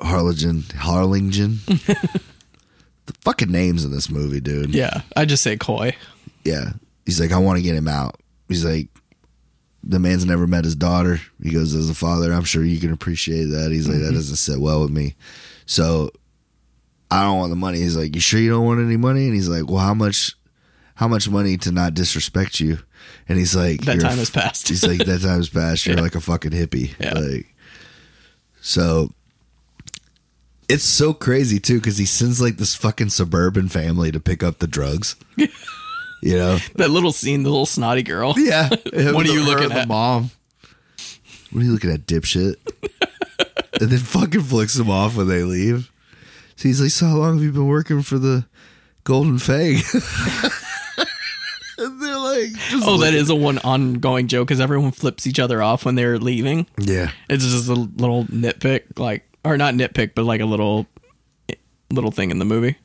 Speaker 2: Harlingen, Harlingen. the fucking names in this movie, dude.
Speaker 1: Yeah. I just say coy.
Speaker 2: Yeah. He's like, I want to get him out. He's like, the man's never met his daughter. He goes, as a father, I'm sure you can appreciate that. He's like,
Speaker 1: Mm-hmm.
Speaker 2: that doesn't sit well with me. So I don't want the money. He's like, you sure you don't want any money? And he's like, well, how much, how much money to not disrespect you? And he's like,
Speaker 1: That
Speaker 2: "You're a
Speaker 1: time has passed.
Speaker 2: He's like, that time's past. You're like a fucking hippie.
Speaker 1: Yeah.
Speaker 2: Like, so it's so crazy too because he sends like this fucking suburban family to pick up
Speaker 1: <laughs>
Speaker 2: the drugs. you know?
Speaker 1: <laughs> that little scene, the little snotty girl.
Speaker 2: Yeah.
Speaker 1: What are you
Speaker 2: Her
Speaker 1: looking
Speaker 2: and the
Speaker 1: at?
Speaker 2: mom? What are you looking at,
Speaker 1: <laughs>
Speaker 2: dipshit? and then fucking flicks them off when they leave. So he's like, "So how long have you been working for the Golden Fang?" <laughs> and they're like, just
Speaker 1: Oh, that
Speaker 2: looking-
Speaker 1: is a one ongoing joke because everyone flips each other off when they're leaving.
Speaker 2: yeah."
Speaker 1: It's just a little nitpick, like, or not nitpick, but like a little, little thing in the movie.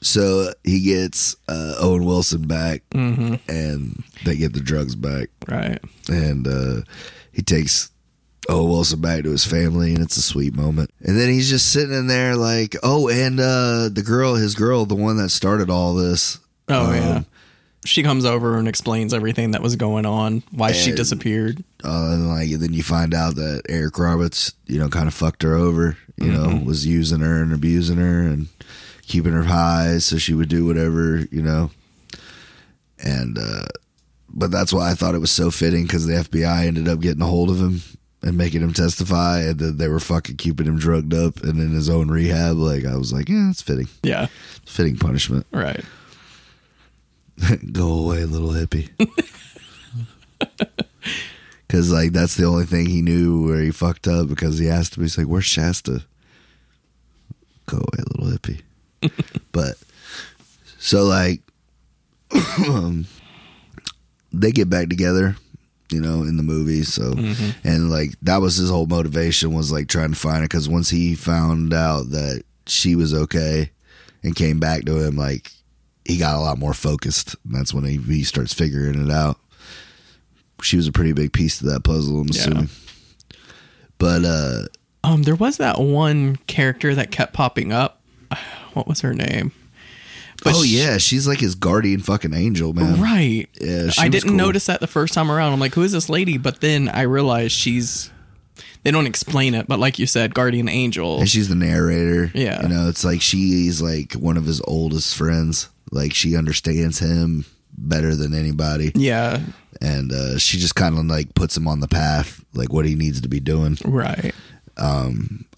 Speaker 2: So he gets uh, Owen Wilson back, and they get the drugs back,
Speaker 1: Right.
Speaker 2: and uh, he takes Owen Wilson back to his family, and it's a sweet moment. And then he's just sitting in there, like, oh, and uh, the girl, his girl, the one that started all this,
Speaker 1: Oh,
Speaker 2: Um,
Speaker 1: yeah. She comes over and explains everything that was going on, why she
Speaker 2: And-
Speaker 1: disappeared.
Speaker 2: uh, and like then you find out that Eric Roberts, you know, kind of fucked her over. You know, was using her and abusing her and keeping her high so she would do whatever. You know, and uh, but that's why I thought it was so fitting because the FBI ended up getting a hold of him and making him testify, and then they were fucking keeping him drugged up and in his own rehab. Like I was like, yeah, it's fitting,
Speaker 1: Yeah.
Speaker 2: fitting punishment.
Speaker 1: Right.
Speaker 2: <laughs> Go away, little hippie. Because like that's the only thing he knew where he fucked up because he asked him. He's like, "Where's Shasta?" Go away, little hippie. <laughs> but so like <coughs> um, they get back together, you know, in the movie. So and like that was his whole motivation was like trying to find it because once he found out that she was okay and came back to him, like he got a lot more focused. And that's when he, he starts figuring it out. She was a pretty big piece to that puzzle, I'm
Speaker 1: Yeah.
Speaker 2: assuming. But uh
Speaker 1: Um, there was that one character that kept popping up. <sighs> What was her name? But
Speaker 2: oh
Speaker 1: she-
Speaker 2: yeah, she's like his guardian fucking angel, man.
Speaker 1: Right.
Speaker 2: Yeah, she
Speaker 1: I
Speaker 2: was
Speaker 1: didn't
Speaker 2: cool.
Speaker 1: notice that the first time around. I'm like, who is this lady? But then I realized she's. They don't explain it, but like you said, guardian angel.
Speaker 2: And she's the narrator.
Speaker 1: Yeah.
Speaker 2: You know, it's like she's like one of his oldest friends. Like she understands him better than anybody.
Speaker 1: yeah.
Speaker 2: And uh, she just kind of like puts him on the path, like what he needs to be doing.
Speaker 1: Right.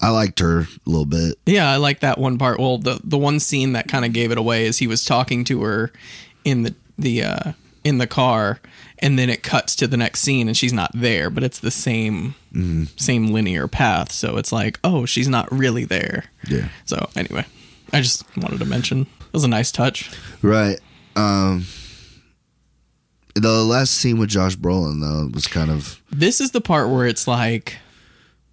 Speaker 2: I liked her a little bit.
Speaker 1: Yeah, I like that one part. Well, the the one scene that kind of gave it away is he was talking to her in the the uh, in the car, and then it cuts to the next scene, and she's not there, but it's the same same linear path. So it's like, oh, she's not really there.
Speaker 2: Yeah.
Speaker 1: So anyway, I just wanted to mention it was a nice touch.
Speaker 2: Right. Um the last scene with Josh Brolin though was kind of
Speaker 1: This is the part where it's like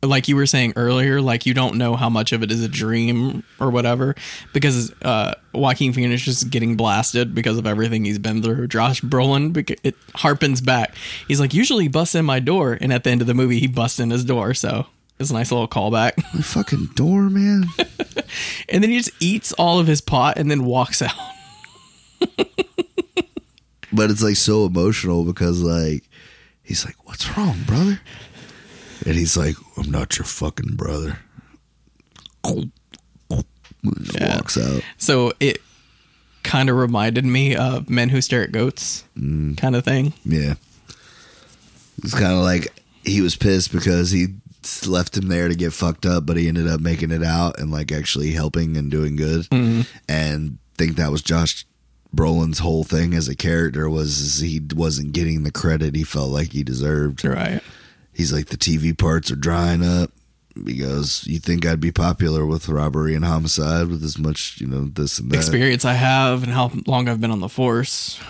Speaker 1: like you were saying earlier, like you don't know how much of it is a dream or whatever, because uh, Joaquin Phoenix is getting blasted because of everything he's been through. Josh Brolin, bec- it harpens back. He's like, usually he busts in my door, and at the end of the movie, he busts in his door. So it's a nice little callback. <laughs>
Speaker 2: the fucking door, man.
Speaker 1: and then he just eats all of his pot and then walks <laughs> out.
Speaker 2: but it's like so emotional because like he's like, "What's wrong, brother?" And he's like, "I'm not your fucking brother." And just
Speaker 1: Yeah.
Speaker 2: Walks out.
Speaker 1: So it kind of reminded me of Men Who Stare at Goats kind of thing.
Speaker 2: Yeah, it's kind of like he was pissed because he s- left him there to get fucked up, but he ended up
Speaker 1: Mm-hmm.
Speaker 2: making it out and like actually helping and doing good, and think that was Josh Brolin's whole thing as a character was is he wasn't getting the credit he felt like he deserved.
Speaker 1: Right.
Speaker 2: He's like the TV parts are drying up. He goes, "You think I'd be popular with robbery and homicide with as much, you know, this and that?"
Speaker 1: Experience I have and how long I've been on the force.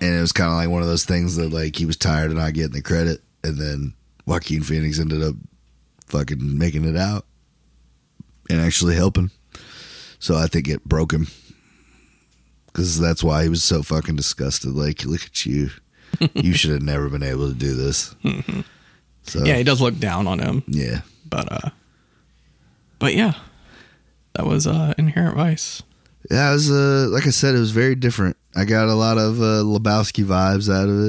Speaker 2: And it was kind of like one of those things that like he was tired of not getting the credit, and then Joaquin Phoenix ended up fucking making it out and actually helping. So I think it broke him because that's why he was so fucking disgusted. Like, look at you,
Speaker 1: <laughs>
Speaker 2: you should have never been able to do this. so
Speaker 1: Yeah, he does look down on him,
Speaker 2: yeah.
Speaker 1: but uh, but yeah, that was uh inherent vice.
Speaker 2: Yeah, it was uh, like I said, it was very different. I got a lot of uh, Lebowski vibes out of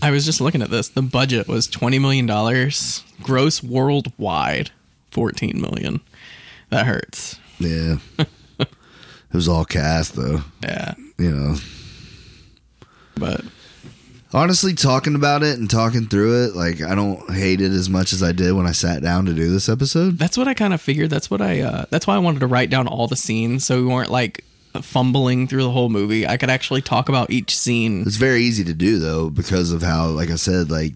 Speaker 1: <laughs> I was just looking at this. The budget was twenty million dollars. Gross worldwide, fourteen million. That hurts.
Speaker 2: Yeah, it was all cast though.
Speaker 1: Yeah,
Speaker 2: You know,
Speaker 1: but
Speaker 2: honestly, talking about it and talking through it, like I don't hate it as much as I did when I sat down to do this episode.
Speaker 1: that's what I kind of figured. That's what I. Uh, that's why I wanted to write down all the scenes so we weren't like fumbling through the whole movie. I could actually talk about each scene.
Speaker 2: It's very easy to do though because of how, like I said, like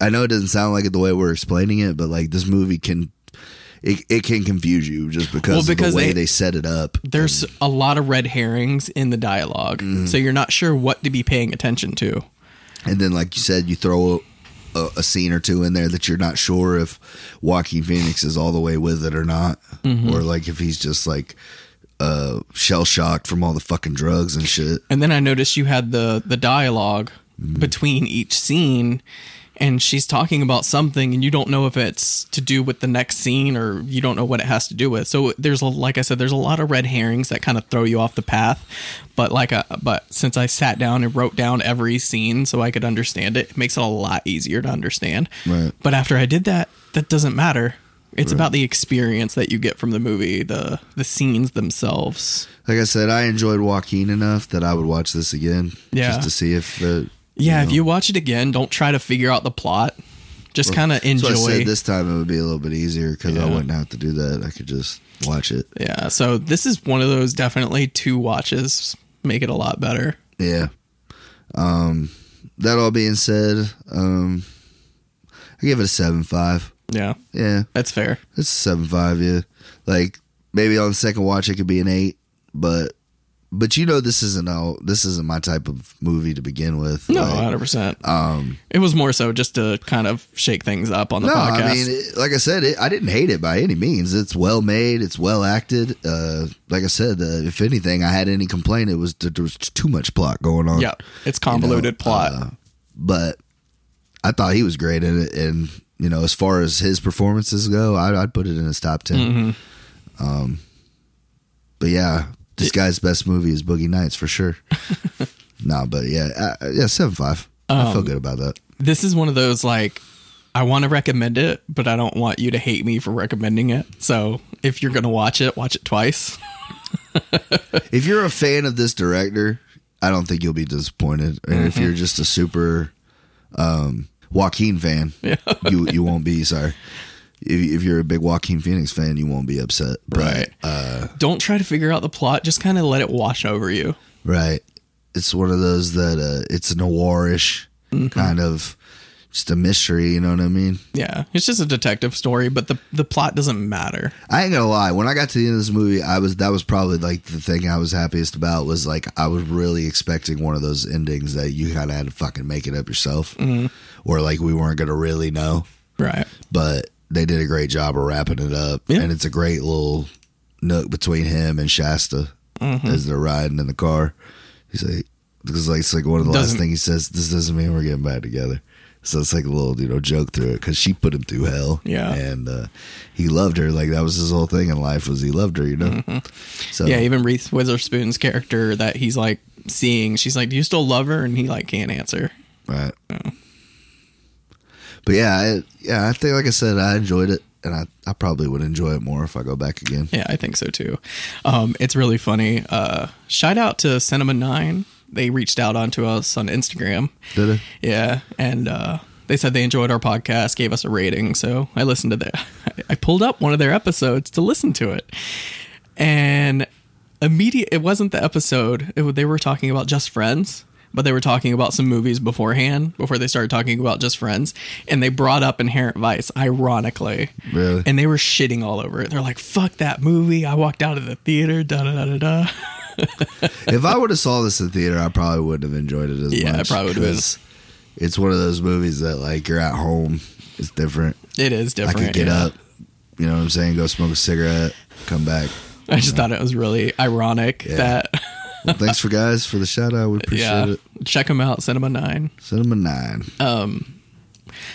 Speaker 2: I know it doesn't sound like it the way we're explaining it, but like this movie can. It, it can confuse you just because,
Speaker 1: because
Speaker 2: of the way
Speaker 1: they-
Speaker 2: they set it up.
Speaker 1: There's a lot of red herrings in the dialogue, so you're not sure what to be paying attention to.
Speaker 2: And then, like you said, you throw a, a scene or two in there that you're not sure if Joaquin Phoenix is all the way with it or not,
Speaker 1: Mm-hmm.
Speaker 2: or like if he's just like uh, shell shocked from all the fucking drugs and shit.
Speaker 1: And then I noticed you had the the dialogue between each scene and she's talking about something and you don't know if it's to do with the next scene or you don't know what it has to do with. So there's a, like I said there's a lot of red herrings that kind of throw you off the path. But like a, but since I sat down and wrote down every scene so I could understand it, it makes it a lot easier to understand.
Speaker 2: Right.
Speaker 1: But after I did that, that doesn't matter. It's about the experience that you get from the movie, the the scenes themselves.
Speaker 2: Like I said, I enjoyed Joaquin enough that I would watch this again,
Speaker 1: Yeah.
Speaker 2: just to see if the
Speaker 1: Yeah,
Speaker 2: know.
Speaker 1: if you watch it again, don't try to figure out the plot. Just kind of enjoy.
Speaker 2: So I said this time it would be a little bit easier because I
Speaker 1: Yeah.
Speaker 2: wouldn't have to do that. I could just watch it.
Speaker 1: yeah, so this is one of those definitely two watches make it a lot better.
Speaker 2: Yeah. Um, that all being said, um, I give it a seven five.
Speaker 1: Yeah,
Speaker 2: Yeah.
Speaker 1: that's fair.
Speaker 2: It's a seven five, yeah. Like maybe on the second watch it could be an eight, but but you know this isn't all this isn't my type of movie to begin with.
Speaker 1: No,
Speaker 2: Like,
Speaker 1: hundred percent.
Speaker 2: um,
Speaker 1: It was more so just to kind of shake things up on the
Speaker 2: no,
Speaker 1: podcast.
Speaker 2: I mean, it, like I said, it, I didn't hate it by any means. It's well made, it's well acted. Uh, like I said, uh, if anything, I had any complaint, it was there was too much plot going on.
Speaker 1: yeah, it's convoluted
Speaker 2: know,
Speaker 1: plot.
Speaker 2: uh, but I thought he was great in it. And you know, as far as his performances go, I, I'd put it in his top 10 Um, but yeah, this guy's best movie is Boogie Nights for sure. nah, but yeah, uh, yeah, seven five. I feel good about that.
Speaker 1: this is one of those like I want to recommend it, but I don't want you to hate me for recommending it. So if you're gonna watch it, watch it twice.
Speaker 2: If you're a fan of this director, I don't think you'll be disappointed. And if you're just a super um, Joaquin fan, you you won't be. Sorry. If, if you're a big Joaquin Phoenix fan, you won't be upset. But,
Speaker 1: Right. don't try to figure out the plot. Just kind of let it wash over you.
Speaker 2: Right. It's one of those that uh, it's noirish kind of just a mystery, you know what I mean?
Speaker 1: Yeah, it's just a detective story, but the the plot doesn't matter.
Speaker 2: I ain't gonna lie, when I got to the end of this movie, I was that was probably like the thing I was happiest about was like I was really expecting one of those endings that you kinda had to fucking make it up yourself. Or like we weren't gonna really know.
Speaker 1: Right.
Speaker 2: But they did a great job of wrapping it up.
Speaker 1: Yeah.
Speaker 2: And it's a great little nook between him and Shasta
Speaker 1: Mm-hmm.
Speaker 2: as they're riding in the car. He's like, because like it's like one of the last
Speaker 1: Doesn't-
Speaker 2: things he says. This doesn't mean we're getting back together. So it's like a little you know joke through it because she put him through hell.
Speaker 1: Yeah.
Speaker 2: and uh, he loved her. Like that was his whole thing in life was he loved her. You know. So
Speaker 1: Mm-hmm. Yeah, even Reese Witherspoon's character that he's like seeing, she's like, "Do you still love her?" And he like can't answer.
Speaker 2: Right. But yeah, I, yeah, I think like I said, I enjoyed it, and I, I probably would enjoy it more if I go back again.
Speaker 1: Yeah, I think so too. Um, it's really funny. Uh, shout out to Cinema Nine. They reached out onto us on Instagram.
Speaker 2: Did it?
Speaker 1: Yeah, and uh, they said they enjoyed our podcast, gave us a rating. So I listened to their, I pulled up one of their episodes to listen to it, and immediate. It wasn't the episode. It, wa- they were talking about just friends, but they were talking about some movies beforehand before they started talking about just friends, and they brought up Inherent Vice, ironically.
Speaker 2: Really?
Speaker 1: And they were shitting all over it. They're like, "Fuck that movie!" I walked out of the theater. Da da da da da.
Speaker 2: if I would have saw this in theater, I probably wouldn't have enjoyed it as
Speaker 1: Yeah,
Speaker 2: much.
Speaker 1: I probably would've been.
Speaker 2: 'cause It's one of those movies that like you're at home. It's different.
Speaker 1: It is different.
Speaker 2: I could get
Speaker 1: yeah.
Speaker 2: up. You know what I'm saying? Go smoke a cigarette. Come back.
Speaker 1: I just thought it was really ironic
Speaker 2: Yeah.
Speaker 1: that
Speaker 2: Well, thanks for guys for the shout out. We appreciate
Speaker 1: yeah.
Speaker 2: it.
Speaker 1: Check them out, Cinema Nine.
Speaker 2: Send them a nine.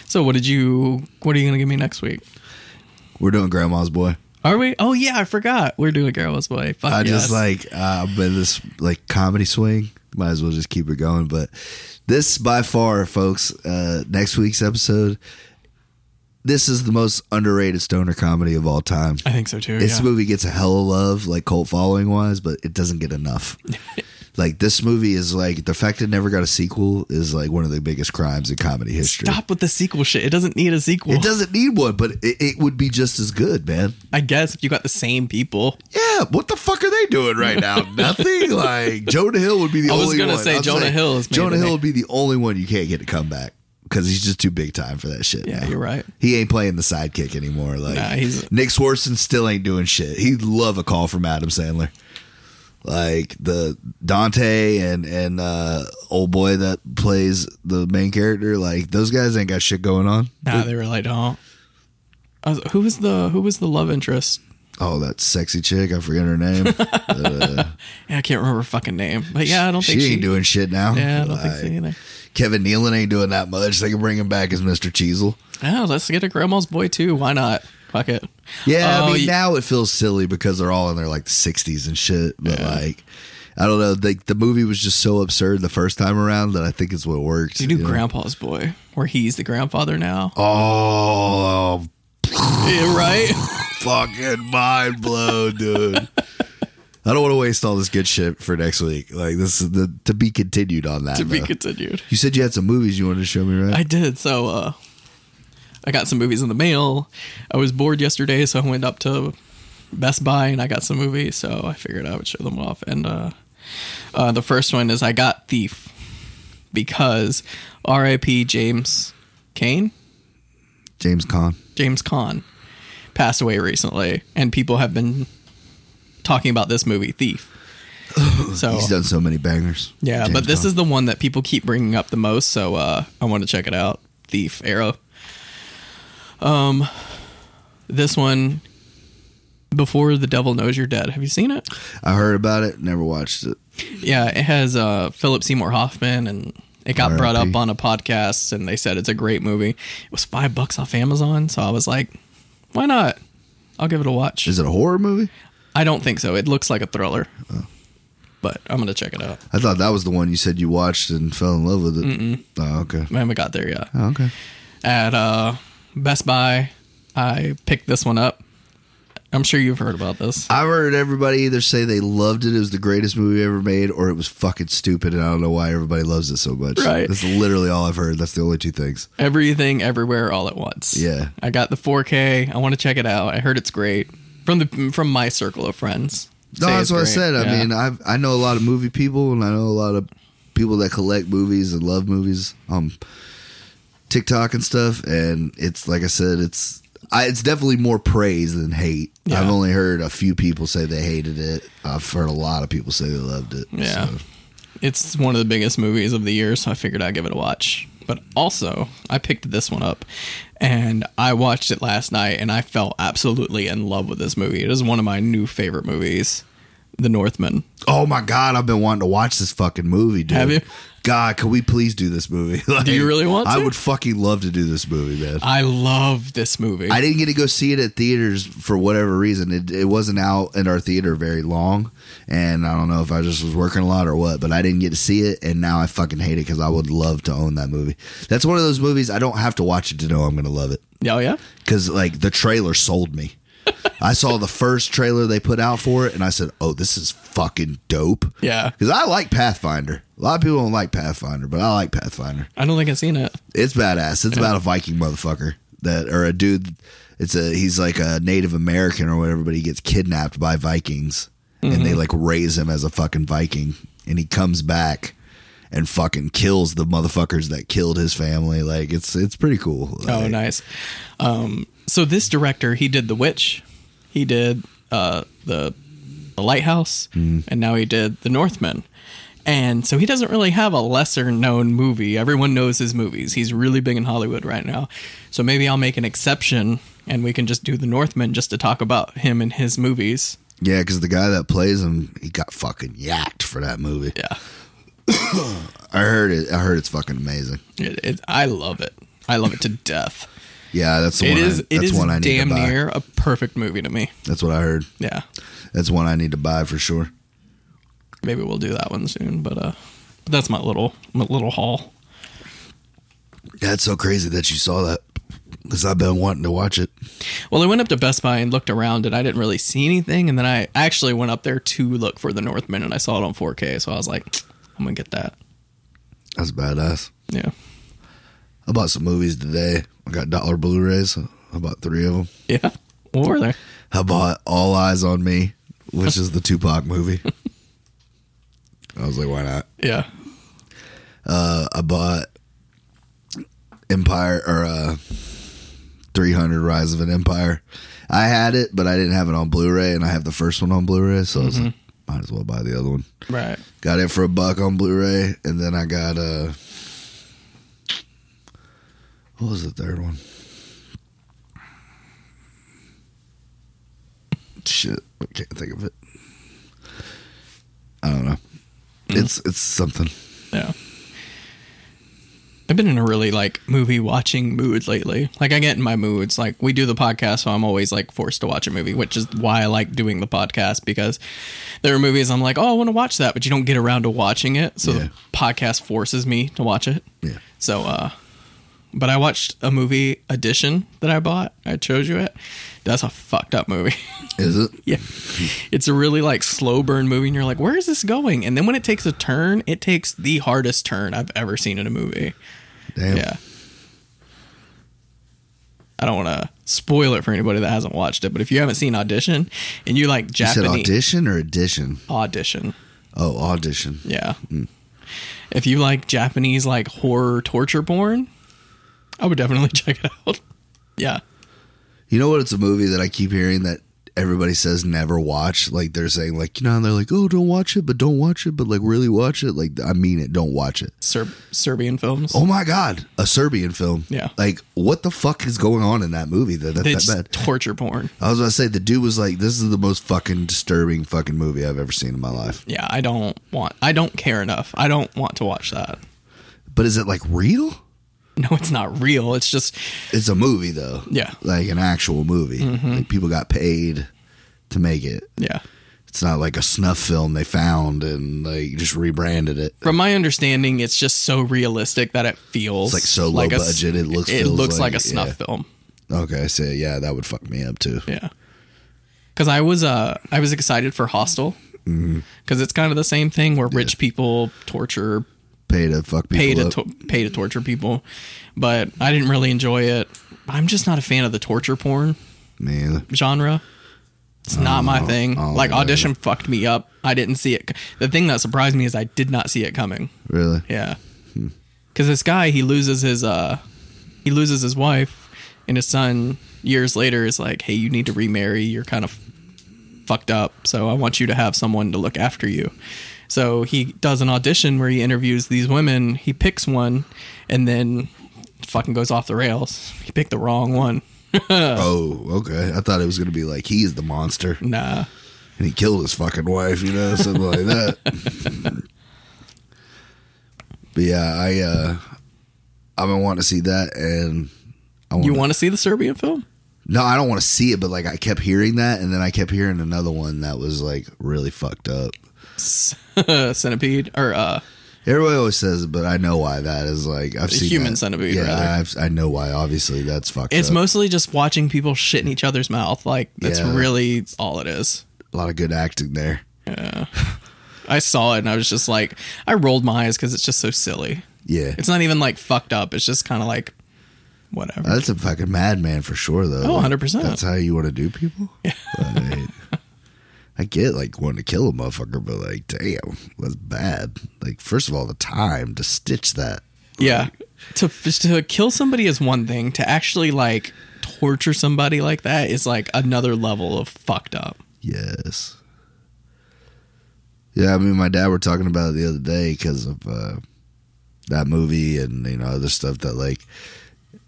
Speaker 1: So what did you? What are you gonna give me next week?
Speaker 2: We're doing Grandma's Boy.
Speaker 1: Are we? Oh yeah, I forgot. We're doing Girls Boy. Fuck
Speaker 2: I
Speaker 1: yes.
Speaker 2: just like uh, I've been this like comedy swing. Might as well just keep it going. But this by far, folks, uh, next week's episode. This is the most underrated stoner comedy of all time.
Speaker 1: I think so too.
Speaker 2: This
Speaker 1: yeah.
Speaker 2: movie gets a hell of love, like cult following wise, but it doesn't get
Speaker 1: <laughs>
Speaker 2: enough. like this movie is like the fact it never got a sequel is like one of the biggest crimes in comedy history.
Speaker 1: Stop with the sequel shit. It doesn't need a sequel.
Speaker 2: It doesn't need one, but it, it would be just as good, man.
Speaker 1: I guess if you got the same people.
Speaker 2: Yeah, what the fuck are they doing right
Speaker 1: <laughs>
Speaker 2: now? Nothing. Like Jonah Hill would be the
Speaker 1: I was
Speaker 2: only
Speaker 1: gonna
Speaker 2: one.
Speaker 1: say
Speaker 2: I'm
Speaker 1: Jonah
Speaker 2: saying
Speaker 1: Hill is made
Speaker 2: Jonah
Speaker 1: to
Speaker 2: Hill
Speaker 1: make-
Speaker 2: would be the only one you can't get to come back because he's just too big time for that shit.
Speaker 1: Yeah,
Speaker 2: now.
Speaker 1: you're right.
Speaker 2: He ain't playing the sidekick anymore. Like
Speaker 1: Nah, he's-
Speaker 2: Nick Swartzen still ain't doing shit. He'd love a call from Adam Sandler. Like the Dante and and uh, old boy that plays the main character, like those guys ain't got shit going on.
Speaker 1: Nah, they were like, don't. I was, who was the who was the love interest?
Speaker 2: Oh, that sexy chick, I forget her name.
Speaker 1: Yeah, I can't remember her fucking name. But yeah, <laughs> I don't
Speaker 2: she
Speaker 1: think
Speaker 2: ain't
Speaker 1: she.
Speaker 2: doing shit now.
Speaker 1: yeah, I don't think so
Speaker 2: Like,
Speaker 1: either.
Speaker 2: Kevin Nealon ain't doing that much. They can bring him back as Mr. Cheezel.
Speaker 1: Yeah, let's get a grandma's boy too. Why not? Fuck it.
Speaker 2: Yeah,
Speaker 1: Oh,
Speaker 2: I mean
Speaker 1: y-
Speaker 2: now it feels silly because they're all in their like sixties and shit. But like, I don't know. Like the movie was just so absurd the first time around that I think it's what worked.
Speaker 1: You do
Speaker 2: know?
Speaker 1: grandpa's boy, where he's the grandfather now.
Speaker 2: Oh,
Speaker 1: <laughs> Yeah,
Speaker 2: <laughs>
Speaker 1: right?
Speaker 2: fucking mind blown, dude. I don't want to waste all this good shit for next week. Like this is the to be continued on that.
Speaker 1: to be
Speaker 2: though.
Speaker 1: continued.
Speaker 2: you said you had some movies you wanted to show me,
Speaker 1: <laughs>
Speaker 2: right?
Speaker 1: I did. So uh, I got some movies in the mail. I was bored yesterday, so I went up to Best Buy and I got some movies. So I figured I would show them off. And uh, uh, the first one is I got Thief because R.I.P. James Kane,
Speaker 2: James Caan.
Speaker 1: James Caan, passed away recently, and people have been talking about this movie, Thief. So
Speaker 2: He's done so many bangers.
Speaker 1: Oh. yeah,
Speaker 2: James
Speaker 1: but this
Speaker 2: Caan.
Speaker 1: is the one that people keep bringing up the most, so uh, I want to check it out. Thief Arrow. Um, this one, Before the Devil Knows You're Dead. Have you seen it?
Speaker 2: I heard about it, never watched it.
Speaker 1: Yeah, it has uh, Philip Seymour Hoffman, and it got brought
Speaker 2: R.I.P..
Speaker 1: up on a podcast, and they said it's a great movie. It was five bucks off Amazon, so I was like, why not? I'll give it a watch.
Speaker 2: Is it a horror movie?
Speaker 1: I don't think so. It looks like a thriller,
Speaker 2: Oh.
Speaker 1: but I'm gonna check it out.
Speaker 2: I thought that was the one you said you watched and fell in love with it. Oh, okay.
Speaker 1: I haven't got there yet.
Speaker 2: Oh, okay.
Speaker 1: at uh, Best Buy. I picked this one up. I'm sure you've heard about this.
Speaker 2: I've heard everybody either say they loved it, it was the greatest movie ever made, or it was fucking stupid, and I don't know why everybody loves it so much.
Speaker 1: Right.
Speaker 2: That's literally all I've heard. That's the only two things.
Speaker 1: Everything, everywhere, all at once.
Speaker 2: Yeah.
Speaker 1: I got the 4K. I want to check it out. I heard it's great from the from my circle of friends.
Speaker 2: No,
Speaker 1: Say
Speaker 2: that's
Speaker 1: it's
Speaker 2: what I
Speaker 1: great.
Speaker 2: said. I
Speaker 1: Yeah.
Speaker 2: mean, I've, I know a lot of movie people, and I know a lot of people that collect movies and love movies on TikTok and stuff. And it's like I said, it's I, it's definitely more praise than hate.
Speaker 1: Yeah.
Speaker 2: I've only heard a few people say they hated it. I've heard a lot of people say they loved it.
Speaker 1: Yeah.
Speaker 2: so.
Speaker 1: It's one of the biggest movies of the year, so I figured I'd give it a watch. But also, I picked this one up and I watched it last night and I fell absolutely in love with this movie. It is one of my new favorite movies, The Northman.
Speaker 2: Oh my god, I've been wanting to watch this fucking movie, dude.
Speaker 1: Have you?
Speaker 2: God, can we please do this movie? <laughs> Like,
Speaker 1: you really want
Speaker 2: I
Speaker 1: to?
Speaker 2: would fucking love to do this movie, man.
Speaker 1: I love this movie.
Speaker 2: I didn't get to go see it at theaters for whatever reason. It, it wasn't out in our theater very long, and I don't know if I just was working a lot or what, but I didn't get to see it, and now I fucking hate it because I would love to own that movie. That's one of those movies I don't have to watch it to know I'm gonna love it
Speaker 1: Oh yeah,
Speaker 2: because like the trailer sold me. I saw the first trailer they put out for it, and I said, "Oh, this is fucking dope."
Speaker 1: yeah.
Speaker 2: Because I like Pathfinder. A lot of people don't like Pathfinder, but I like Pathfinder.
Speaker 1: I don't think I've seen it.
Speaker 2: It's badass. It's about a Viking motherfucker that, or a dude. It's a he's like a Native American or whatever, but he gets kidnapped by Vikings and
Speaker 1: Mm-hmm.
Speaker 2: they like raise him as a fucking Viking, and he comes back and fucking kills the motherfuckers that killed his family. Like it's it's pretty cool.
Speaker 1: Oh,
Speaker 2: Like,
Speaker 1: nice. Um, so this director, he did The Witch, he did uh, the the Lighthouse, and now he did The Northman. And so he doesn't really have a lesser known movie. Everyone knows his movies. He's really big in Hollywood right now. So maybe I'll make an exception and we can just do The Northman just to talk about him and his movies.
Speaker 2: Yeah, because the guy that plays him, he got fucking yacked for that movie.
Speaker 1: Yeah.
Speaker 2: I heard it. I heard it's fucking amazing.
Speaker 1: It, it, I love it. I love it to <laughs> death.
Speaker 2: Yeah, that's the
Speaker 1: It
Speaker 2: one.
Speaker 1: is
Speaker 2: I,
Speaker 1: it
Speaker 2: that's
Speaker 1: is
Speaker 2: one I need
Speaker 1: damn
Speaker 2: to buy.
Speaker 1: near a perfect movie to me.
Speaker 2: That's what I heard.
Speaker 1: Yeah.
Speaker 2: That's one I need to buy for sure.
Speaker 1: maybe we'll do that one soon but uh but that's my little my little haul
Speaker 2: That's so crazy that you saw that because I've been wanting to watch it.
Speaker 1: well i went up to best buy and looked around and i didn't really see anything and then i actually went up there to look for the northman and i saw it on 4k so i was like i'm gonna get that
Speaker 2: That's badass.
Speaker 1: yeah
Speaker 2: I bought some movies today. I got dollar Blu-rays. I bought three of them.
Speaker 1: yeah what were there
Speaker 2: I bought All Eyes on Me, which is the Tupac movie. I was like, why not?
Speaker 1: yeah
Speaker 2: Uh, I bought Empire or uh, 300 Rise of an Empire. I had it, but I didn't have it on Blu-ray, and I have the first one on Blu-ray, so I was like, might as well buy the other one.
Speaker 1: right
Speaker 2: Got it for a buck on Blu-ray, and then I got uh what was the third one? Shit, I can't think of it. I don't know. It's it's something.
Speaker 1: yeah I've been in a really like movie watching mood lately. Like I get in my moods. Like we do the podcast, so I'm always like forced to watch a movie, which is why I like doing the podcast because there are movies I'm like, oh, I want to watch that, but you don't get around to watching it. So
Speaker 2: Yeah.
Speaker 1: the podcast forces me to watch it.
Speaker 2: Yeah.
Speaker 1: So, uh, but I watched a movie edition that I bought. I showed you it. That's a fucked up movie. <laughs>
Speaker 2: Is it?
Speaker 1: yeah. It's a really like slow burn movie, and you're like, where is this going? And then when it takes a turn, it takes the hardest turn I've ever seen in a movie.
Speaker 2: Damn.
Speaker 1: Yeah. I don't want to spoil it for anybody that hasn't watched it, but if you haven't seen Audition and you like
Speaker 2: You said
Speaker 1: Japanese
Speaker 2: audition or edition?
Speaker 1: audition,
Speaker 2: Oh, audition.
Speaker 1: yeah.
Speaker 2: Mm.
Speaker 1: If you like Japanese like horror torture porn, I would definitely <laughs> check it out. Yeah.
Speaker 2: You know what? It's a movie that I keep hearing that everybody says never watch. Like they're saying, like you know, they're like, oh, don't watch it, but don't watch it, but like really watch it. Like I mean it, don't watch it.
Speaker 1: Serb- Serbian films.
Speaker 2: Oh my god, a Serbian film.
Speaker 1: Yeah.
Speaker 2: Like what the fuck is going on in that movie? That that,
Speaker 1: They
Speaker 2: that
Speaker 1: just
Speaker 2: bad.
Speaker 1: torture porn.
Speaker 2: I was about to say the dude was like, this is the most fucking disturbing fucking movie I've ever seen in my life.
Speaker 1: Yeah, I don't want I don't care enough. I don't want to watch that. <laughs>
Speaker 2: But is it like real?
Speaker 1: No, it's not real. It's just
Speaker 2: It's a movie though.
Speaker 1: Yeah. Mm-hmm.
Speaker 2: Like an actual movie. Like people got paid to make it.
Speaker 1: yeah.
Speaker 2: It's not like a snuff film they found and like just rebranded it.
Speaker 1: From my understanding, it's just so realistic that it feels
Speaker 2: It's like so low
Speaker 1: s-
Speaker 2: budget, it looks-
Speaker 1: it
Speaker 2: feels
Speaker 1: looks like,
Speaker 2: like-
Speaker 1: a snuff
Speaker 2: yeah.
Speaker 1: film.
Speaker 2: Okay, so yeah, that would fuck me up too.
Speaker 1: Yeah. Cause I was uh I was excited for Hostel.
Speaker 2: Mm-hmm.
Speaker 1: Cause it's kind of the same thing where rich people torture
Speaker 2: Pay to fuck people
Speaker 1: pay to
Speaker 2: up.
Speaker 1: to- pay to torture people, but I didn't really enjoy it. I'm just not a fan of the torture porn
Speaker 2: Me either.
Speaker 1: genre. It's not my thing.
Speaker 2: oh,
Speaker 1: like
Speaker 2: yeah.
Speaker 1: audition fucked me up. I didn't see it. c- The thing that surprised me is I did not see it coming.
Speaker 2: Really?
Speaker 1: Yeah.
Speaker 2: Hmm.
Speaker 1: Cuz this guy he loses his uh he loses his wife and his son years later is like, "Hey, you need to remarry. You're kind of fucked up. So I want you to have someone to look after you." So he does an audition where he interviews these women, he picks one and then fucking goes off the rails. He picked the wrong one.
Speaker 2: Oh, okay. I thought it was gonna be like he's the monster
Speaker 1: Nah.
Speaker 2: and he killed his fucking wife, you know, something like that. But yeah, I uh I've been wanting to see that and I want
Speaker 1: You want to see the Serbian film?
Speaker 2: No, I don't want to see it, but like I kept hearing that and then I kept hearing another one that was like really fucked up.
Speaker 1: <laughs> centipede or uh
Speaker 2: Everybody always says it, but I know why that is like I've seen
Speaker 1: Human
Speaker 2: that.
Speaker 1: centipede,
Speaker 2: Yeah,
Speaker 1: rather.
Speaker 2: I've, I know why. Obviously, that's fucked.
Speaker 1: it's
Speaker 2: up.
Speaker 1: mostly just watching people shit in each other's mouth like that's
Speaker 2: Yeah.
Speaker 1: really all it is
Speaker 2: a lot of good acting there.
Speaker 1: i saw it and i was just like i rolled my eyes because it's just so silly
Speaker 2: Yeah,
Speaker 1: it's not even like fucked up it's just kind of like whatever
Speaker 2: that's a fucking madman for sure, though.
Speaker 1: Oh,
Speaker 2: Like,
Speaker 1: 100%.
Speaker 2: That's how you want to do people. Like, I get like wanting to kill a motherfucker, but like, damn, that's bad. Like, first of all, the time to stitch that.
Speaker 1: Yeah. To to kill somebody is one thing. To actually like torture somebody like that is like another level of fucked up.
Speaker 2: Yes. Yeah, I mean, my dad were talking about it the other day because of uh, that movie and you know other stuff that like,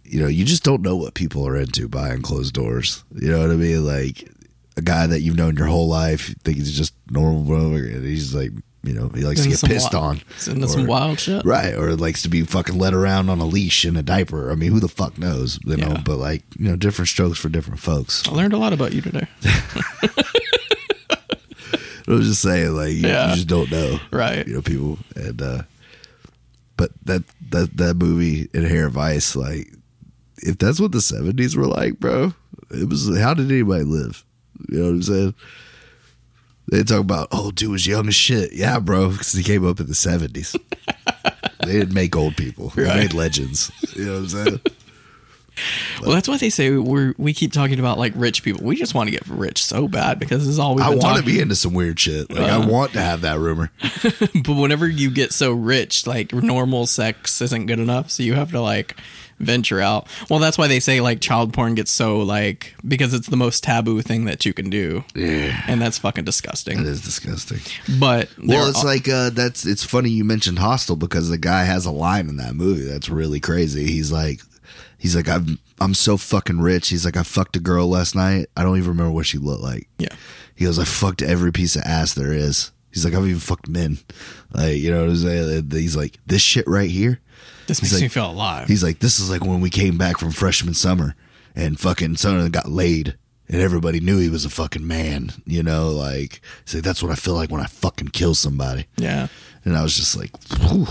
Speaker 2: you know, you just don't know what people are into behind closed doors. You know what I mean? Like a guy that you've known your whole life, you think he's just normal, bro, and he's like, you know, he likes
Speaker 1: Into
Speaker 2: to get
Speaker 1: some
Speaker 2: pissed
Speaker 1: wi-
Speaker 2: on,
Speaker 1: into some
Speaker 2: or-
Speaker 1: wild shit.
Speaker 2: right? Or likes to be fucking led around on a leash in a diaper. I mean, who the fuck knows? You know,
Speaker 1: Yeah.
Speaker 2: but like, you know, different strokes for different folks.
Speaker 1: I learned a lot about you today.
Speaker 2: I was just saying, like, you,
Speaker 1: Yeah.
Speaker 2: you just don't know,
Speaker 1: Right.
Speaker 2: You know, people and uh, but that that that movie Inherent Vice, like, if that's what the seventies were like, bro, it was. How did anybody live? You know what I'm saying? They talk about, oh, dude was young as shit. Yeah, bro, because he came up in
Speaker 1: <laughs>
Speaker 2: the seventies. they didn't make old people.
Speaker 1: Right.
Speaker 2: They made legends. You know what
Speaker 1: <laughs>
Speaker 2: I'm saying?
Speaker 1: Well, that's why they say we we keep talking about like rich people. We just want to get rich so bad because this is all we've
Speaker 2: I
Speaker 1: been
Speaker 2: want to
Speaker 1: talking.
Speaker 2: be into some weird shit. Like, I
Speaker 1: Uh.
Speaker 2: want to have that rumor.
Speaker 1: <laughs> But whenever you get so rich, like normal sex isn't good enough, so you have to like venture out. Well, that's why they say like child porn gets so like because it's the most taboo thing that you can do,
Speaker 2: Yeah,
Speaker 1: and that's fucking
Speaker 2: it
Speaker 1: disgusting.
Speaker 2: is disgusting.
Speaker 1: But there
Speaker 2: Well, it's
Speaker 1: are-
Speaker 2: like uh, that's. It's funny you mentioned Hostel because the guy has a line in that movie that's really crazy. He's like, he's like, I'm I'm so fucking rich. He's like, I fucked a girl last night. I don't even remember what she looked like.
Speaker 1: yeah,
Speaker 2: He goes, I fucked every piece of ass there is. He's like, I've even fucked men. Like, you know what I'm saying? He's like, this shit right here.
Speaker 1: this makes
Speaker 2: like-
Speaker 1: me feel alive.
Speaker 2: He's like, this is like when we came back from freshman summer and fucking son got laid and everybody knew he was a fucking man. You know, like, he's like, that's what I feel like when I fucking kill somebody.
Speaker 1: Yeah,
Speaker 2: And I was just like, whew,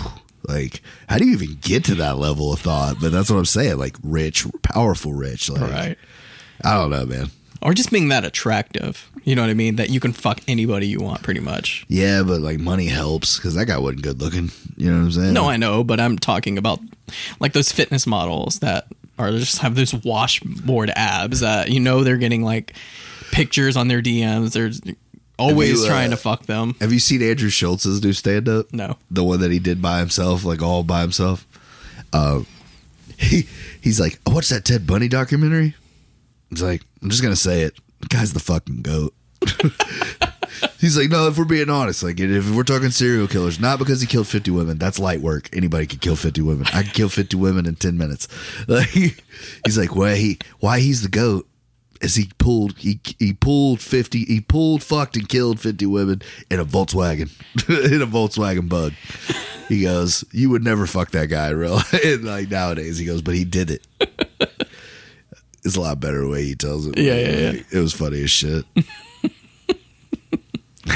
Speaker 2: like, how do you even get to that level of thought? But that's what I'm saying. Like, rich, powerful rich. Like,
Speaker 1: right.
Speaker 2: I don't know, man.
Speaker 1: Or just being that attractive. You know what I mean? That you can fuck anybody you want, pretty much.
Speaker 2: Yeah, but like, money helps because that guy wasn't good looking. You know what I'm saying?
Speaker 1: No, I know, but I'm talking about like those fitness models that are just have those washboard abs that you know they're getting like pictures on their DMs. They're always
Speaker 2: Have you, uh,
Speaker 1: trying to fuck them.
Speaker 2: Have you seen Andrew Schultz's new stand up?
Speaker 1: No.
Speaker 2: The one that he did by himself, like all by himself. Uh, he he's like, I watched that Ted Bunny documentary. He's like, I'm just gonna say it. The guy's the fucking goat. he's like, no, if we're being honest, like if we're talking serial killers, not because he killed 50 women, that's light work. Anybody could kill 50 women. I could kill 50 women in 10 minutes. <laughs> Like, he's like, why he why he's the goat is he pulled he he pulled 50 he pulled fucked and killed 50 women in a Volkswagen <laughs> in a Volkswagen bug. He goes, "You would never fuck that guy in real <laughs> and like nowadays." He goes, "But he did it." <laughs> it's a lot better the way he tells it.
Speaker 1: Yeah, yeah, yeah.
Speaker 2: It was funny as shit. <laughs>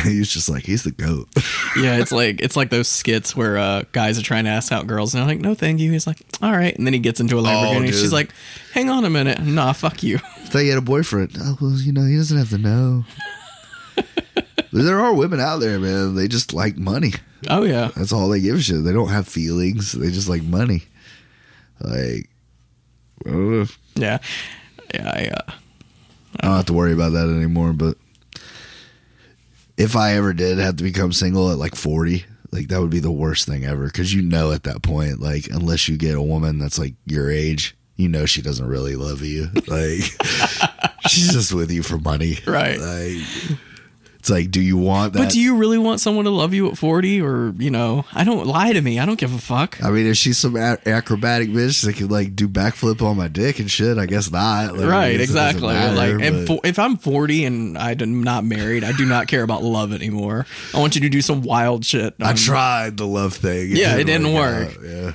Speaker 2: he was just like, "He's the goat." <laughs>
Speaker 1: Yeah, it's like it's like those skits where uh, guys are trying to ask out girls and they're like, "No, thank you." He's like, "All right," and then he gets into a Lamborghini.
Speaker 2: Oh, dude.
Speaker 1: She's like, "Hang on a minute, nah, fuck you." <laughs>
Speaker 2: thought you had a boyfriend. Oh, well, you know, he doesn't have to know. <laughs> But there are women out there, man. They just like money.
Speaker 1: Oh yeah,
Speaker 2: That's all they give a shit. They don't have feelings. They just like money. Like, I don't, know.
Speaker 1: yeah, yeah. I, uh,
Speaker 2: I don't have to worry about that anymore. But if I ever did have to become single at like 40, like that would be the worst thing ever. Cause you know, at that point, like, unless you get a woman that's like your age, you know, she doesn't really
Speaker 1: <laughs>
Speaker 2: love you. Like, she's just with you for money.
Speaker 1: Right.
Speaker 2: Like, it's like, do you want that?
Speaker 1: But do you really want someone to love you at 40 or, you know, I don't lie to me. I don't give a fuck.
Speaker 2: I mean, if she's some a- acrobatic bitch that could like do backflip on my dick and shit, I guess not. Like, I
Speaker 1: right,
Speaker 2: guess it doesn't
Speaker 1: exactly.
Speaker 2: matter,
Speaker 1: like and
Speaker 2: but-
Speaker 1: fo- if I'm 40 and I'm not married, I do not care about love anymore. I want you to do some wild shit.
Speaker 2: I
Speaker 1: Um,
Speaker 2: tried the love thing. <laughs> uh,
Speaker 1: Yeah, it didn't
Speaker 2: really go out, yeah.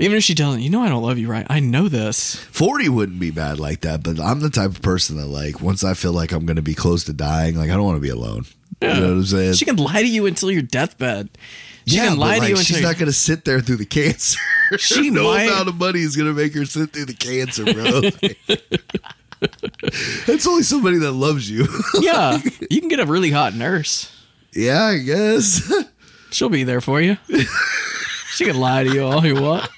Speaker 1: Even if she doesn't, you know I don't love you, right? I know this.
Speaker 2: Forty wouldn't be bad like that, but I'm the type of person that like once I feel like I'm gonna be close to dying, like I don't want to be alone. You know what I'm saying?
Speaker 1: She can lie to you until your deathbed. She
Speaker 2: yeah,
Speaker 1: can
Speaker 2: but,
Speaker 1: lie to
Speaker 2: like,
Speaker 1: you until
Speaker 2: she's
Speaker 1: your-
Speaker 2: not gonna sit there through the <laughs> cancer.
Speaker 1: <laughs>
Speaker 2: <laughs>
Speaker 1: She
Speaker 2: no
Speaker 1: might-
Speaker 2: amount of money is gonna make her sit through the
Speaker 1: <laughs>
Speaker 2: cancer, bro. That's only somebody that loves you. <laughs>
Speaker 1: Yeah, you can get a really hot nurse.
Speaker 2: yeah, I guess. <laughs>
Speaker 1: She'll be there for you. she can lie to you all you want.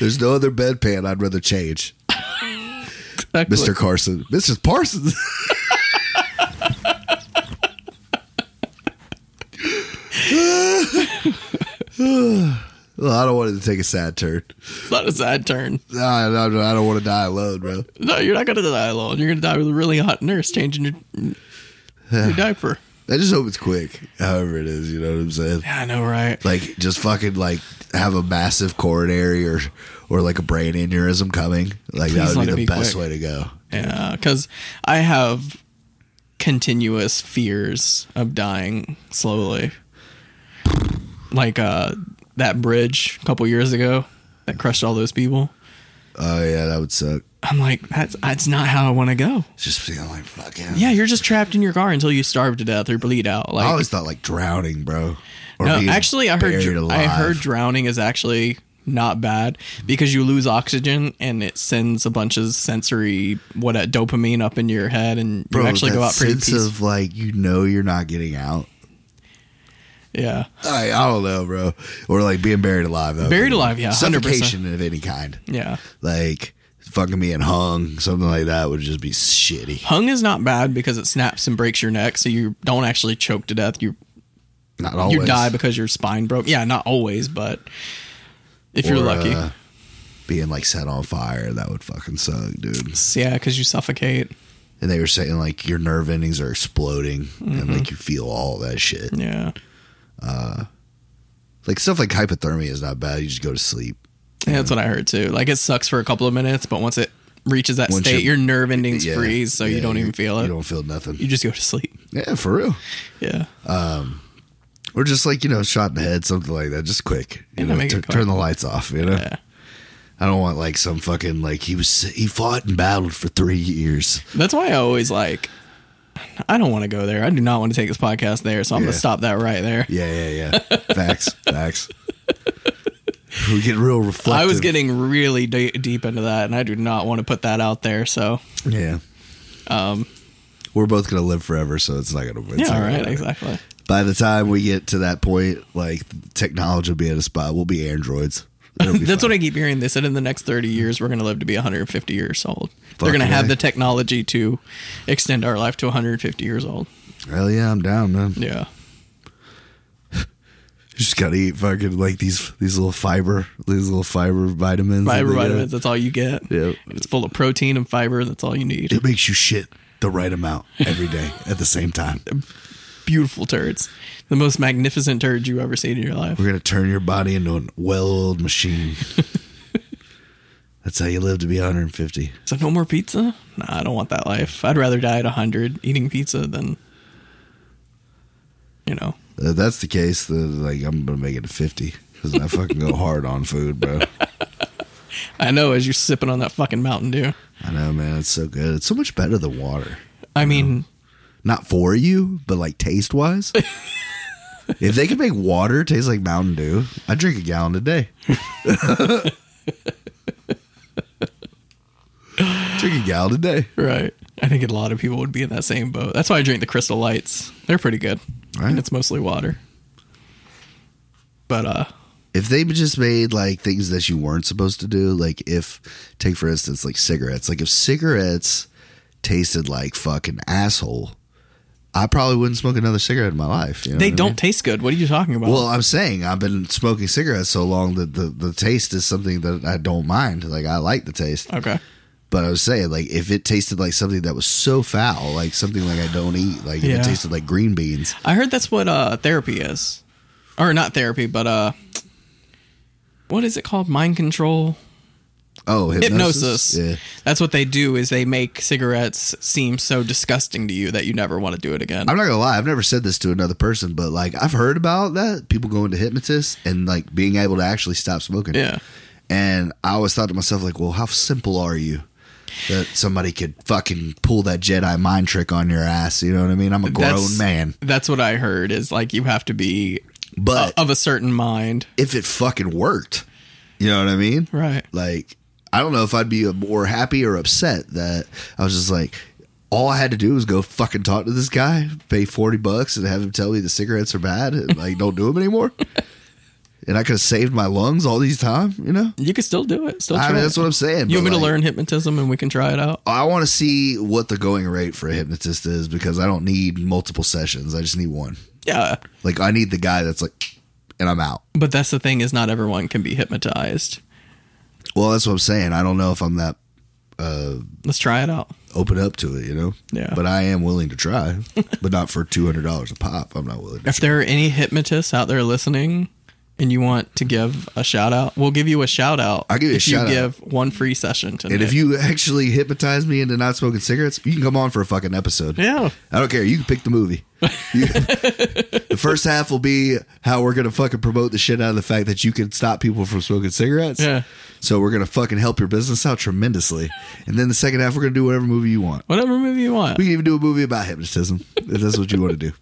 Speaker 2: There's no other bedpan I'd rather change.
Speaker 1: Exactly.
Speaker 2: Mr. Carson. Mrs. Parsons. <laughs> Well, I don't want it to take a sad turn.
Speaker 1: It's not a sad turn.
Speaker 2: I, I, I don't want to die alone, bro.
Speaker 1: No, you're not going to die alone. You're going to die with a really hot nurse changing your,
Speaker 2: <sighs>
Speaker 1: your diaper.
Speaker 2: I just hope it's quick, however it is. You know what I'm saying?
Speaker 1: Yeah, I know, right?
Speaker 2: Like, just fucking like have a massive coronary or or like a brain aneurysm coming. Like
Speaker 1: Please
Speaker 2: that would
Speaker 1: let
Speaker 2: be
Speaker 1: it
Speaker 2: the
Speaker 1: be
Speaker 2: best
Speaker 1: quick.
Speaker 2: way to go.
Speaker 1: Yeah, because I have continuous fears of dying slowly. Like uh, that bridge a couple years ago that crushed all those people.
Speaker 2: Oh yeah, that would suck.
Speaker 1: I'm like, that's that's not how I want to go.
Speaker 2: Just feeling like fucking.
Speaker 1: Yeah, you're just trapped in your car until you starve to death or bleed out. Like,
Speaker 2: I always thought like drowning, bro. Or
Speaker 1: no,
Speaker 2: being
Speaker 1: actually, I heard
Speaker 2: buried
Speaker 1: dr- I
Speaker 2: alive.
Speaker 1: heard drowning is actually not bad because you lose oxygen and it sends a bunch of sensory what uh, dopamine up in your head and
Speaker 2: Bro,
Speaker 1: you actually
Speaker 2: that
Speaker 1: go out pretty
Speaker 2: sense
Speaker 1: peaceful.
Speaker 2: of like you know you're not getting out.
Speaker 1: yeah,
Speaker 2: I, I don't know, bro. Or like being buried alive. Though,
Speaker 1: Buried alive, yeah, 100%.
Speaker 2: suffocation of any kind.
Speaker 1: yeah.
Speaker 2: Like fucking being hung, something like that would just be shitty.
Speaker 1: Hung is not bad because it snaps and breaks your neck, so you don't actually choke to death. You
Speaker 2: Not always.
Speaker 1: you die because your spine broke. Yeah, not always, but if you're
Speaker 2: Or,
Speaker 1: lucky,
Speaker 2: uh, being like set on fire, that would fucking suck, dude.
Speaker 1: yeah, because you suffocate.
Speaker 2: And they were saying like your nerve endings are exploding and
Speaker 1: Mm-hmm.
Speaker 2: like you feel all that shit.
Speaker 1: Yeah,
Speaker 2: Like stuff like hypothermia is not bad. You just go to sleep.
Speaker 1: Yeah, that's what I heard too. Like it sucks for a couple of minutes, but once it reaches that
Speaker 2: Once
Speaker 1: state, your
Speaker 2: you're-
Speaker 1: nerve endings
Speaker 2: Yeah.
Speaker 1: freeze, so you
Speaker 2: Yeah,
Speaker 1: don't even feel it.
Speaker 2: You
Speaker 1: You,
Speaker 2: don't feel nothing.
Speaker 1: just go to sleep.
Speaker 2: yeah, for real.
Speaker 1: Yeah,
Speaker 2: Or just like, you know, shot in the head, something like that. Just quick. You
Speaker 1: Yeah,
Speaker 2: know,
Speaker 1: make it
Speaker 2: tur-
Speaker 1: quick.
Speaker 2: turn the lights off, you know?
Speaker 1: Yeah.
Speaker 2: I don't want like some fucking like he was he fought and battled for three years.
Speaker 1: that's why I always like. I don't want to go there. I do not want to take this podcast there, so I'm
Speaker 2: Yeah.
Speaker 1: gonna stop that right there.
Speaker 2: Yeah, yeah,
Speaker 1: <laughs>
Speaker 2: yeah. facts, facts. We get real reflective.
Speaker 1: I was getting really de- deep into that, and I do not want to put that out there. So
Speaker 2: yeah. Um, we're both gonna live forever, so it's not gonna. It's
Speaker 1: um, yeah,
Speaker 2: not
Speaker 1: all
Speaker 2: gonna
Speaker 1: right,
Speaker 2: matter.
Speaker 1: exactly.
Speaker 2: By the time we get to that point, like technology will be at a spot. We'll be androids.
Speaker 1: <laughs> That's what I keep hearing. They said in the next 30 years, we're going to live to be 150 years old. They're
Speaker 2: Fucking
Speaker 1: going to have
Speaker 2: A.
Speaker 1: the technology to extend our life to 150 years old.
Speaker 2: Hell yeah, I'm down, man.
Speaker 1: Yeah.
Speaker 2: Just gotta eat fucking like these these little fiber, these little fiber vitamins. that
Speaker 1: Fiber
Speaker 2: they got.
Speaker 1: vitamins, that's all you get.
Speaker 2: Yep.
Speaker 1: It's full of protein and fiber. That's all you need.
Speaker 2: It makes you shit the right amount every day at the same time.
Speaker 1: Beautiful turds. The most magnificent turd you ever seen in your life.
Speaker 2: We're gonna turn your body into an
Speaker 1: <laughs>
Speaker 2: well-oiled machine. That's how you live to be 150.
Speaker 1: So no more pizza? Nah, I don't want that life. I'd rather die at 100 eating pizza than, you know.
Speaker 2: If Uh, that's the case, then like I'm gonna make it to 50 because I fucking go hard on
Speaker 1: <laughs>
Speaker 2: food, bro.
Speaker 1: I know as you're sipping on that fucking Mountain Dew.
Speaker 2: I know, man. It's so good. It's so much better than water.
Speaker 1: I mean,
Speaker 2: Not for you, but like taste wise. if they could make water taste like Mountain Dew, I drink a gallon a day. drink a gallon a day.
Speaker 1: right. I think a lot of people would be in that same boat. That's why I drink the Crystal Lights. They're pretty good.
Speaker 2: Right.
Speaker 1: And it's mostly water. But, uh,
Speaker 2: if they just made like things that you weren't supposed to do, like if take for instance like cigarettes, like if cigarettes tasted like fucking asshole, I probably wouldn't smoke another cigarette in my life. you know
Speaker 1: they
Speaker 2: what I
Speaker 1: don't
Speaker 2: mean?
Speaker 1: taste good. What are you talking about?
Speaker 2: Well, I'm saying I've been smoking cigarettes so long that the, the taste is something that I don't mind. Like I like the taste,
Speaker 1: okay.
Speaker 2: but I was saying like if it tasted like something that was so foul, like something like I don't eat, like if
Speaker 1: Yeah.
Speaker 2: it tasted like green beans,
Speaker 1: I heard that's what uh therapy is. Or not therapy, but uh what is it called? Mind control?
Speaker 2: oh hypnosis,
Speaker 1: Hypnosis.
Speaker 2: yeah.
Speaker 1: That's what they do is they make cigarettes seem so disgusting to you that you never want to do it again.
Speaker 2: I'm not gonna lie, I've never said this to another person, but like I've heard about that people going to hypnotists and like being able to actually stop smoking.
Speaker 1: Yeah.
Speaker 2: And I always thought to myself, like, well, how simple are you that somebody could fucking pull that Jedi mind trick on your ass? You know what I mean? I'm a grown
Speaker 1: That's-
Speaker 2: man,
Speaker 1: That's what I heard is like you have to be
Speaker 2: but
Speaker 1: of a certain mind.
Speaker 2: if it fucking worked, you know what I mean?
Speaker 1: Right.
Speaker 2: Like, I don't know if I'd be more happy or upset that I was just like, all I had to do was go fucking talk to this guy, pay 40 bucks, and have him tell me the cigarettes are bad and like, don't do them anymore.
Speaker 1: <laughs>
Speaker 2: And I could have saved my lungs all these time, you know?
Speaker 1: You can still do it. Still try
Speaker 2: I mean, that's
Speaker 1: it.
Speaker 2: what I'm saying.
Speaker 1: you
Speaker 2: but,
Speaker 1: want me to
Speaker 2: like,
Speaker 1: learn hypnotism and we can try it out?
Speaker 2: I want to see what the going rate for a hypnotist is because I don't need multiple sessions. I just need one.
Speaker 1: Yeah.
Speaker 2: Like, I need the guy that's like, and I'm out.
Speaker 1: But that's the thing is not everyone can be hypnotized.
Speaker 2: Well, that's what I'm saying. I don't know if I'm that uh,
Speaker 1: Let's try it out.
Speaker 2: open up to it, you know.
Speaker 1: Yeah.
Speaker 2: But I am willing to try, but not for two hundred dollars a pop. I'm not willing. To
Speaker 1: If there are any hypnotists out there listening and you want to give a shout out, we'll give you a shout out.
Speaker 2: I'll give you a
Speaker 1: if
Speaker 2: shout out.
Speaker 1: you give one free session today.
Speaker 2: And if you actually hypnotize me into not smoking cigarettes, you can come on for a fucking episode.
Speaker 1: Yeah.
Speaker 2: I don't care. You can pick
Speaker 1: <laughs>
Speaker 2: the movie. You- the first half will be how we're gonna fucking promote the shit out of the fact that you can stop people from smoking cigarettes.
Speaker 1: Yeah.
Speaker 2: So we're gonna fucking help your business out tremendously. And then the second half, we're gonna do whatever movie you want.
Speaker 1: Whatever movie you want.
Speaker 2: We can even do a movie about hypnotism if that's what you want to do.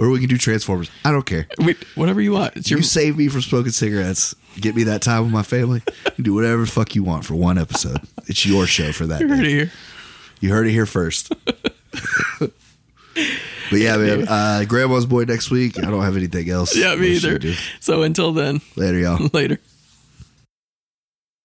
Speaker 2: Or we can do Transformers. I don't care.
Speaker 1: We, whatever you want. It's your,
Speaker 2: You save me from smoking cigarettes. Get me that time with my family. You can do whatever the fuck you want for one episode. It's your show for that.
Speaker 1: you
Speaker 2: day.
Speaker 1: heard it here.
Speaker 2: You heard it here first. but yeah, man. Uh, Grandma's boy next week. I don't have anything else.
Speaker 1: <laughs> Yeah,
Speaker 2: What
Speaker 1: me
Speaker 2: should I
Speaker 1: either.
Speaker 2: do?
Speaker 1: So until then, <laughs>
Speaker 2: Later, y'all.
Speaker 1: later.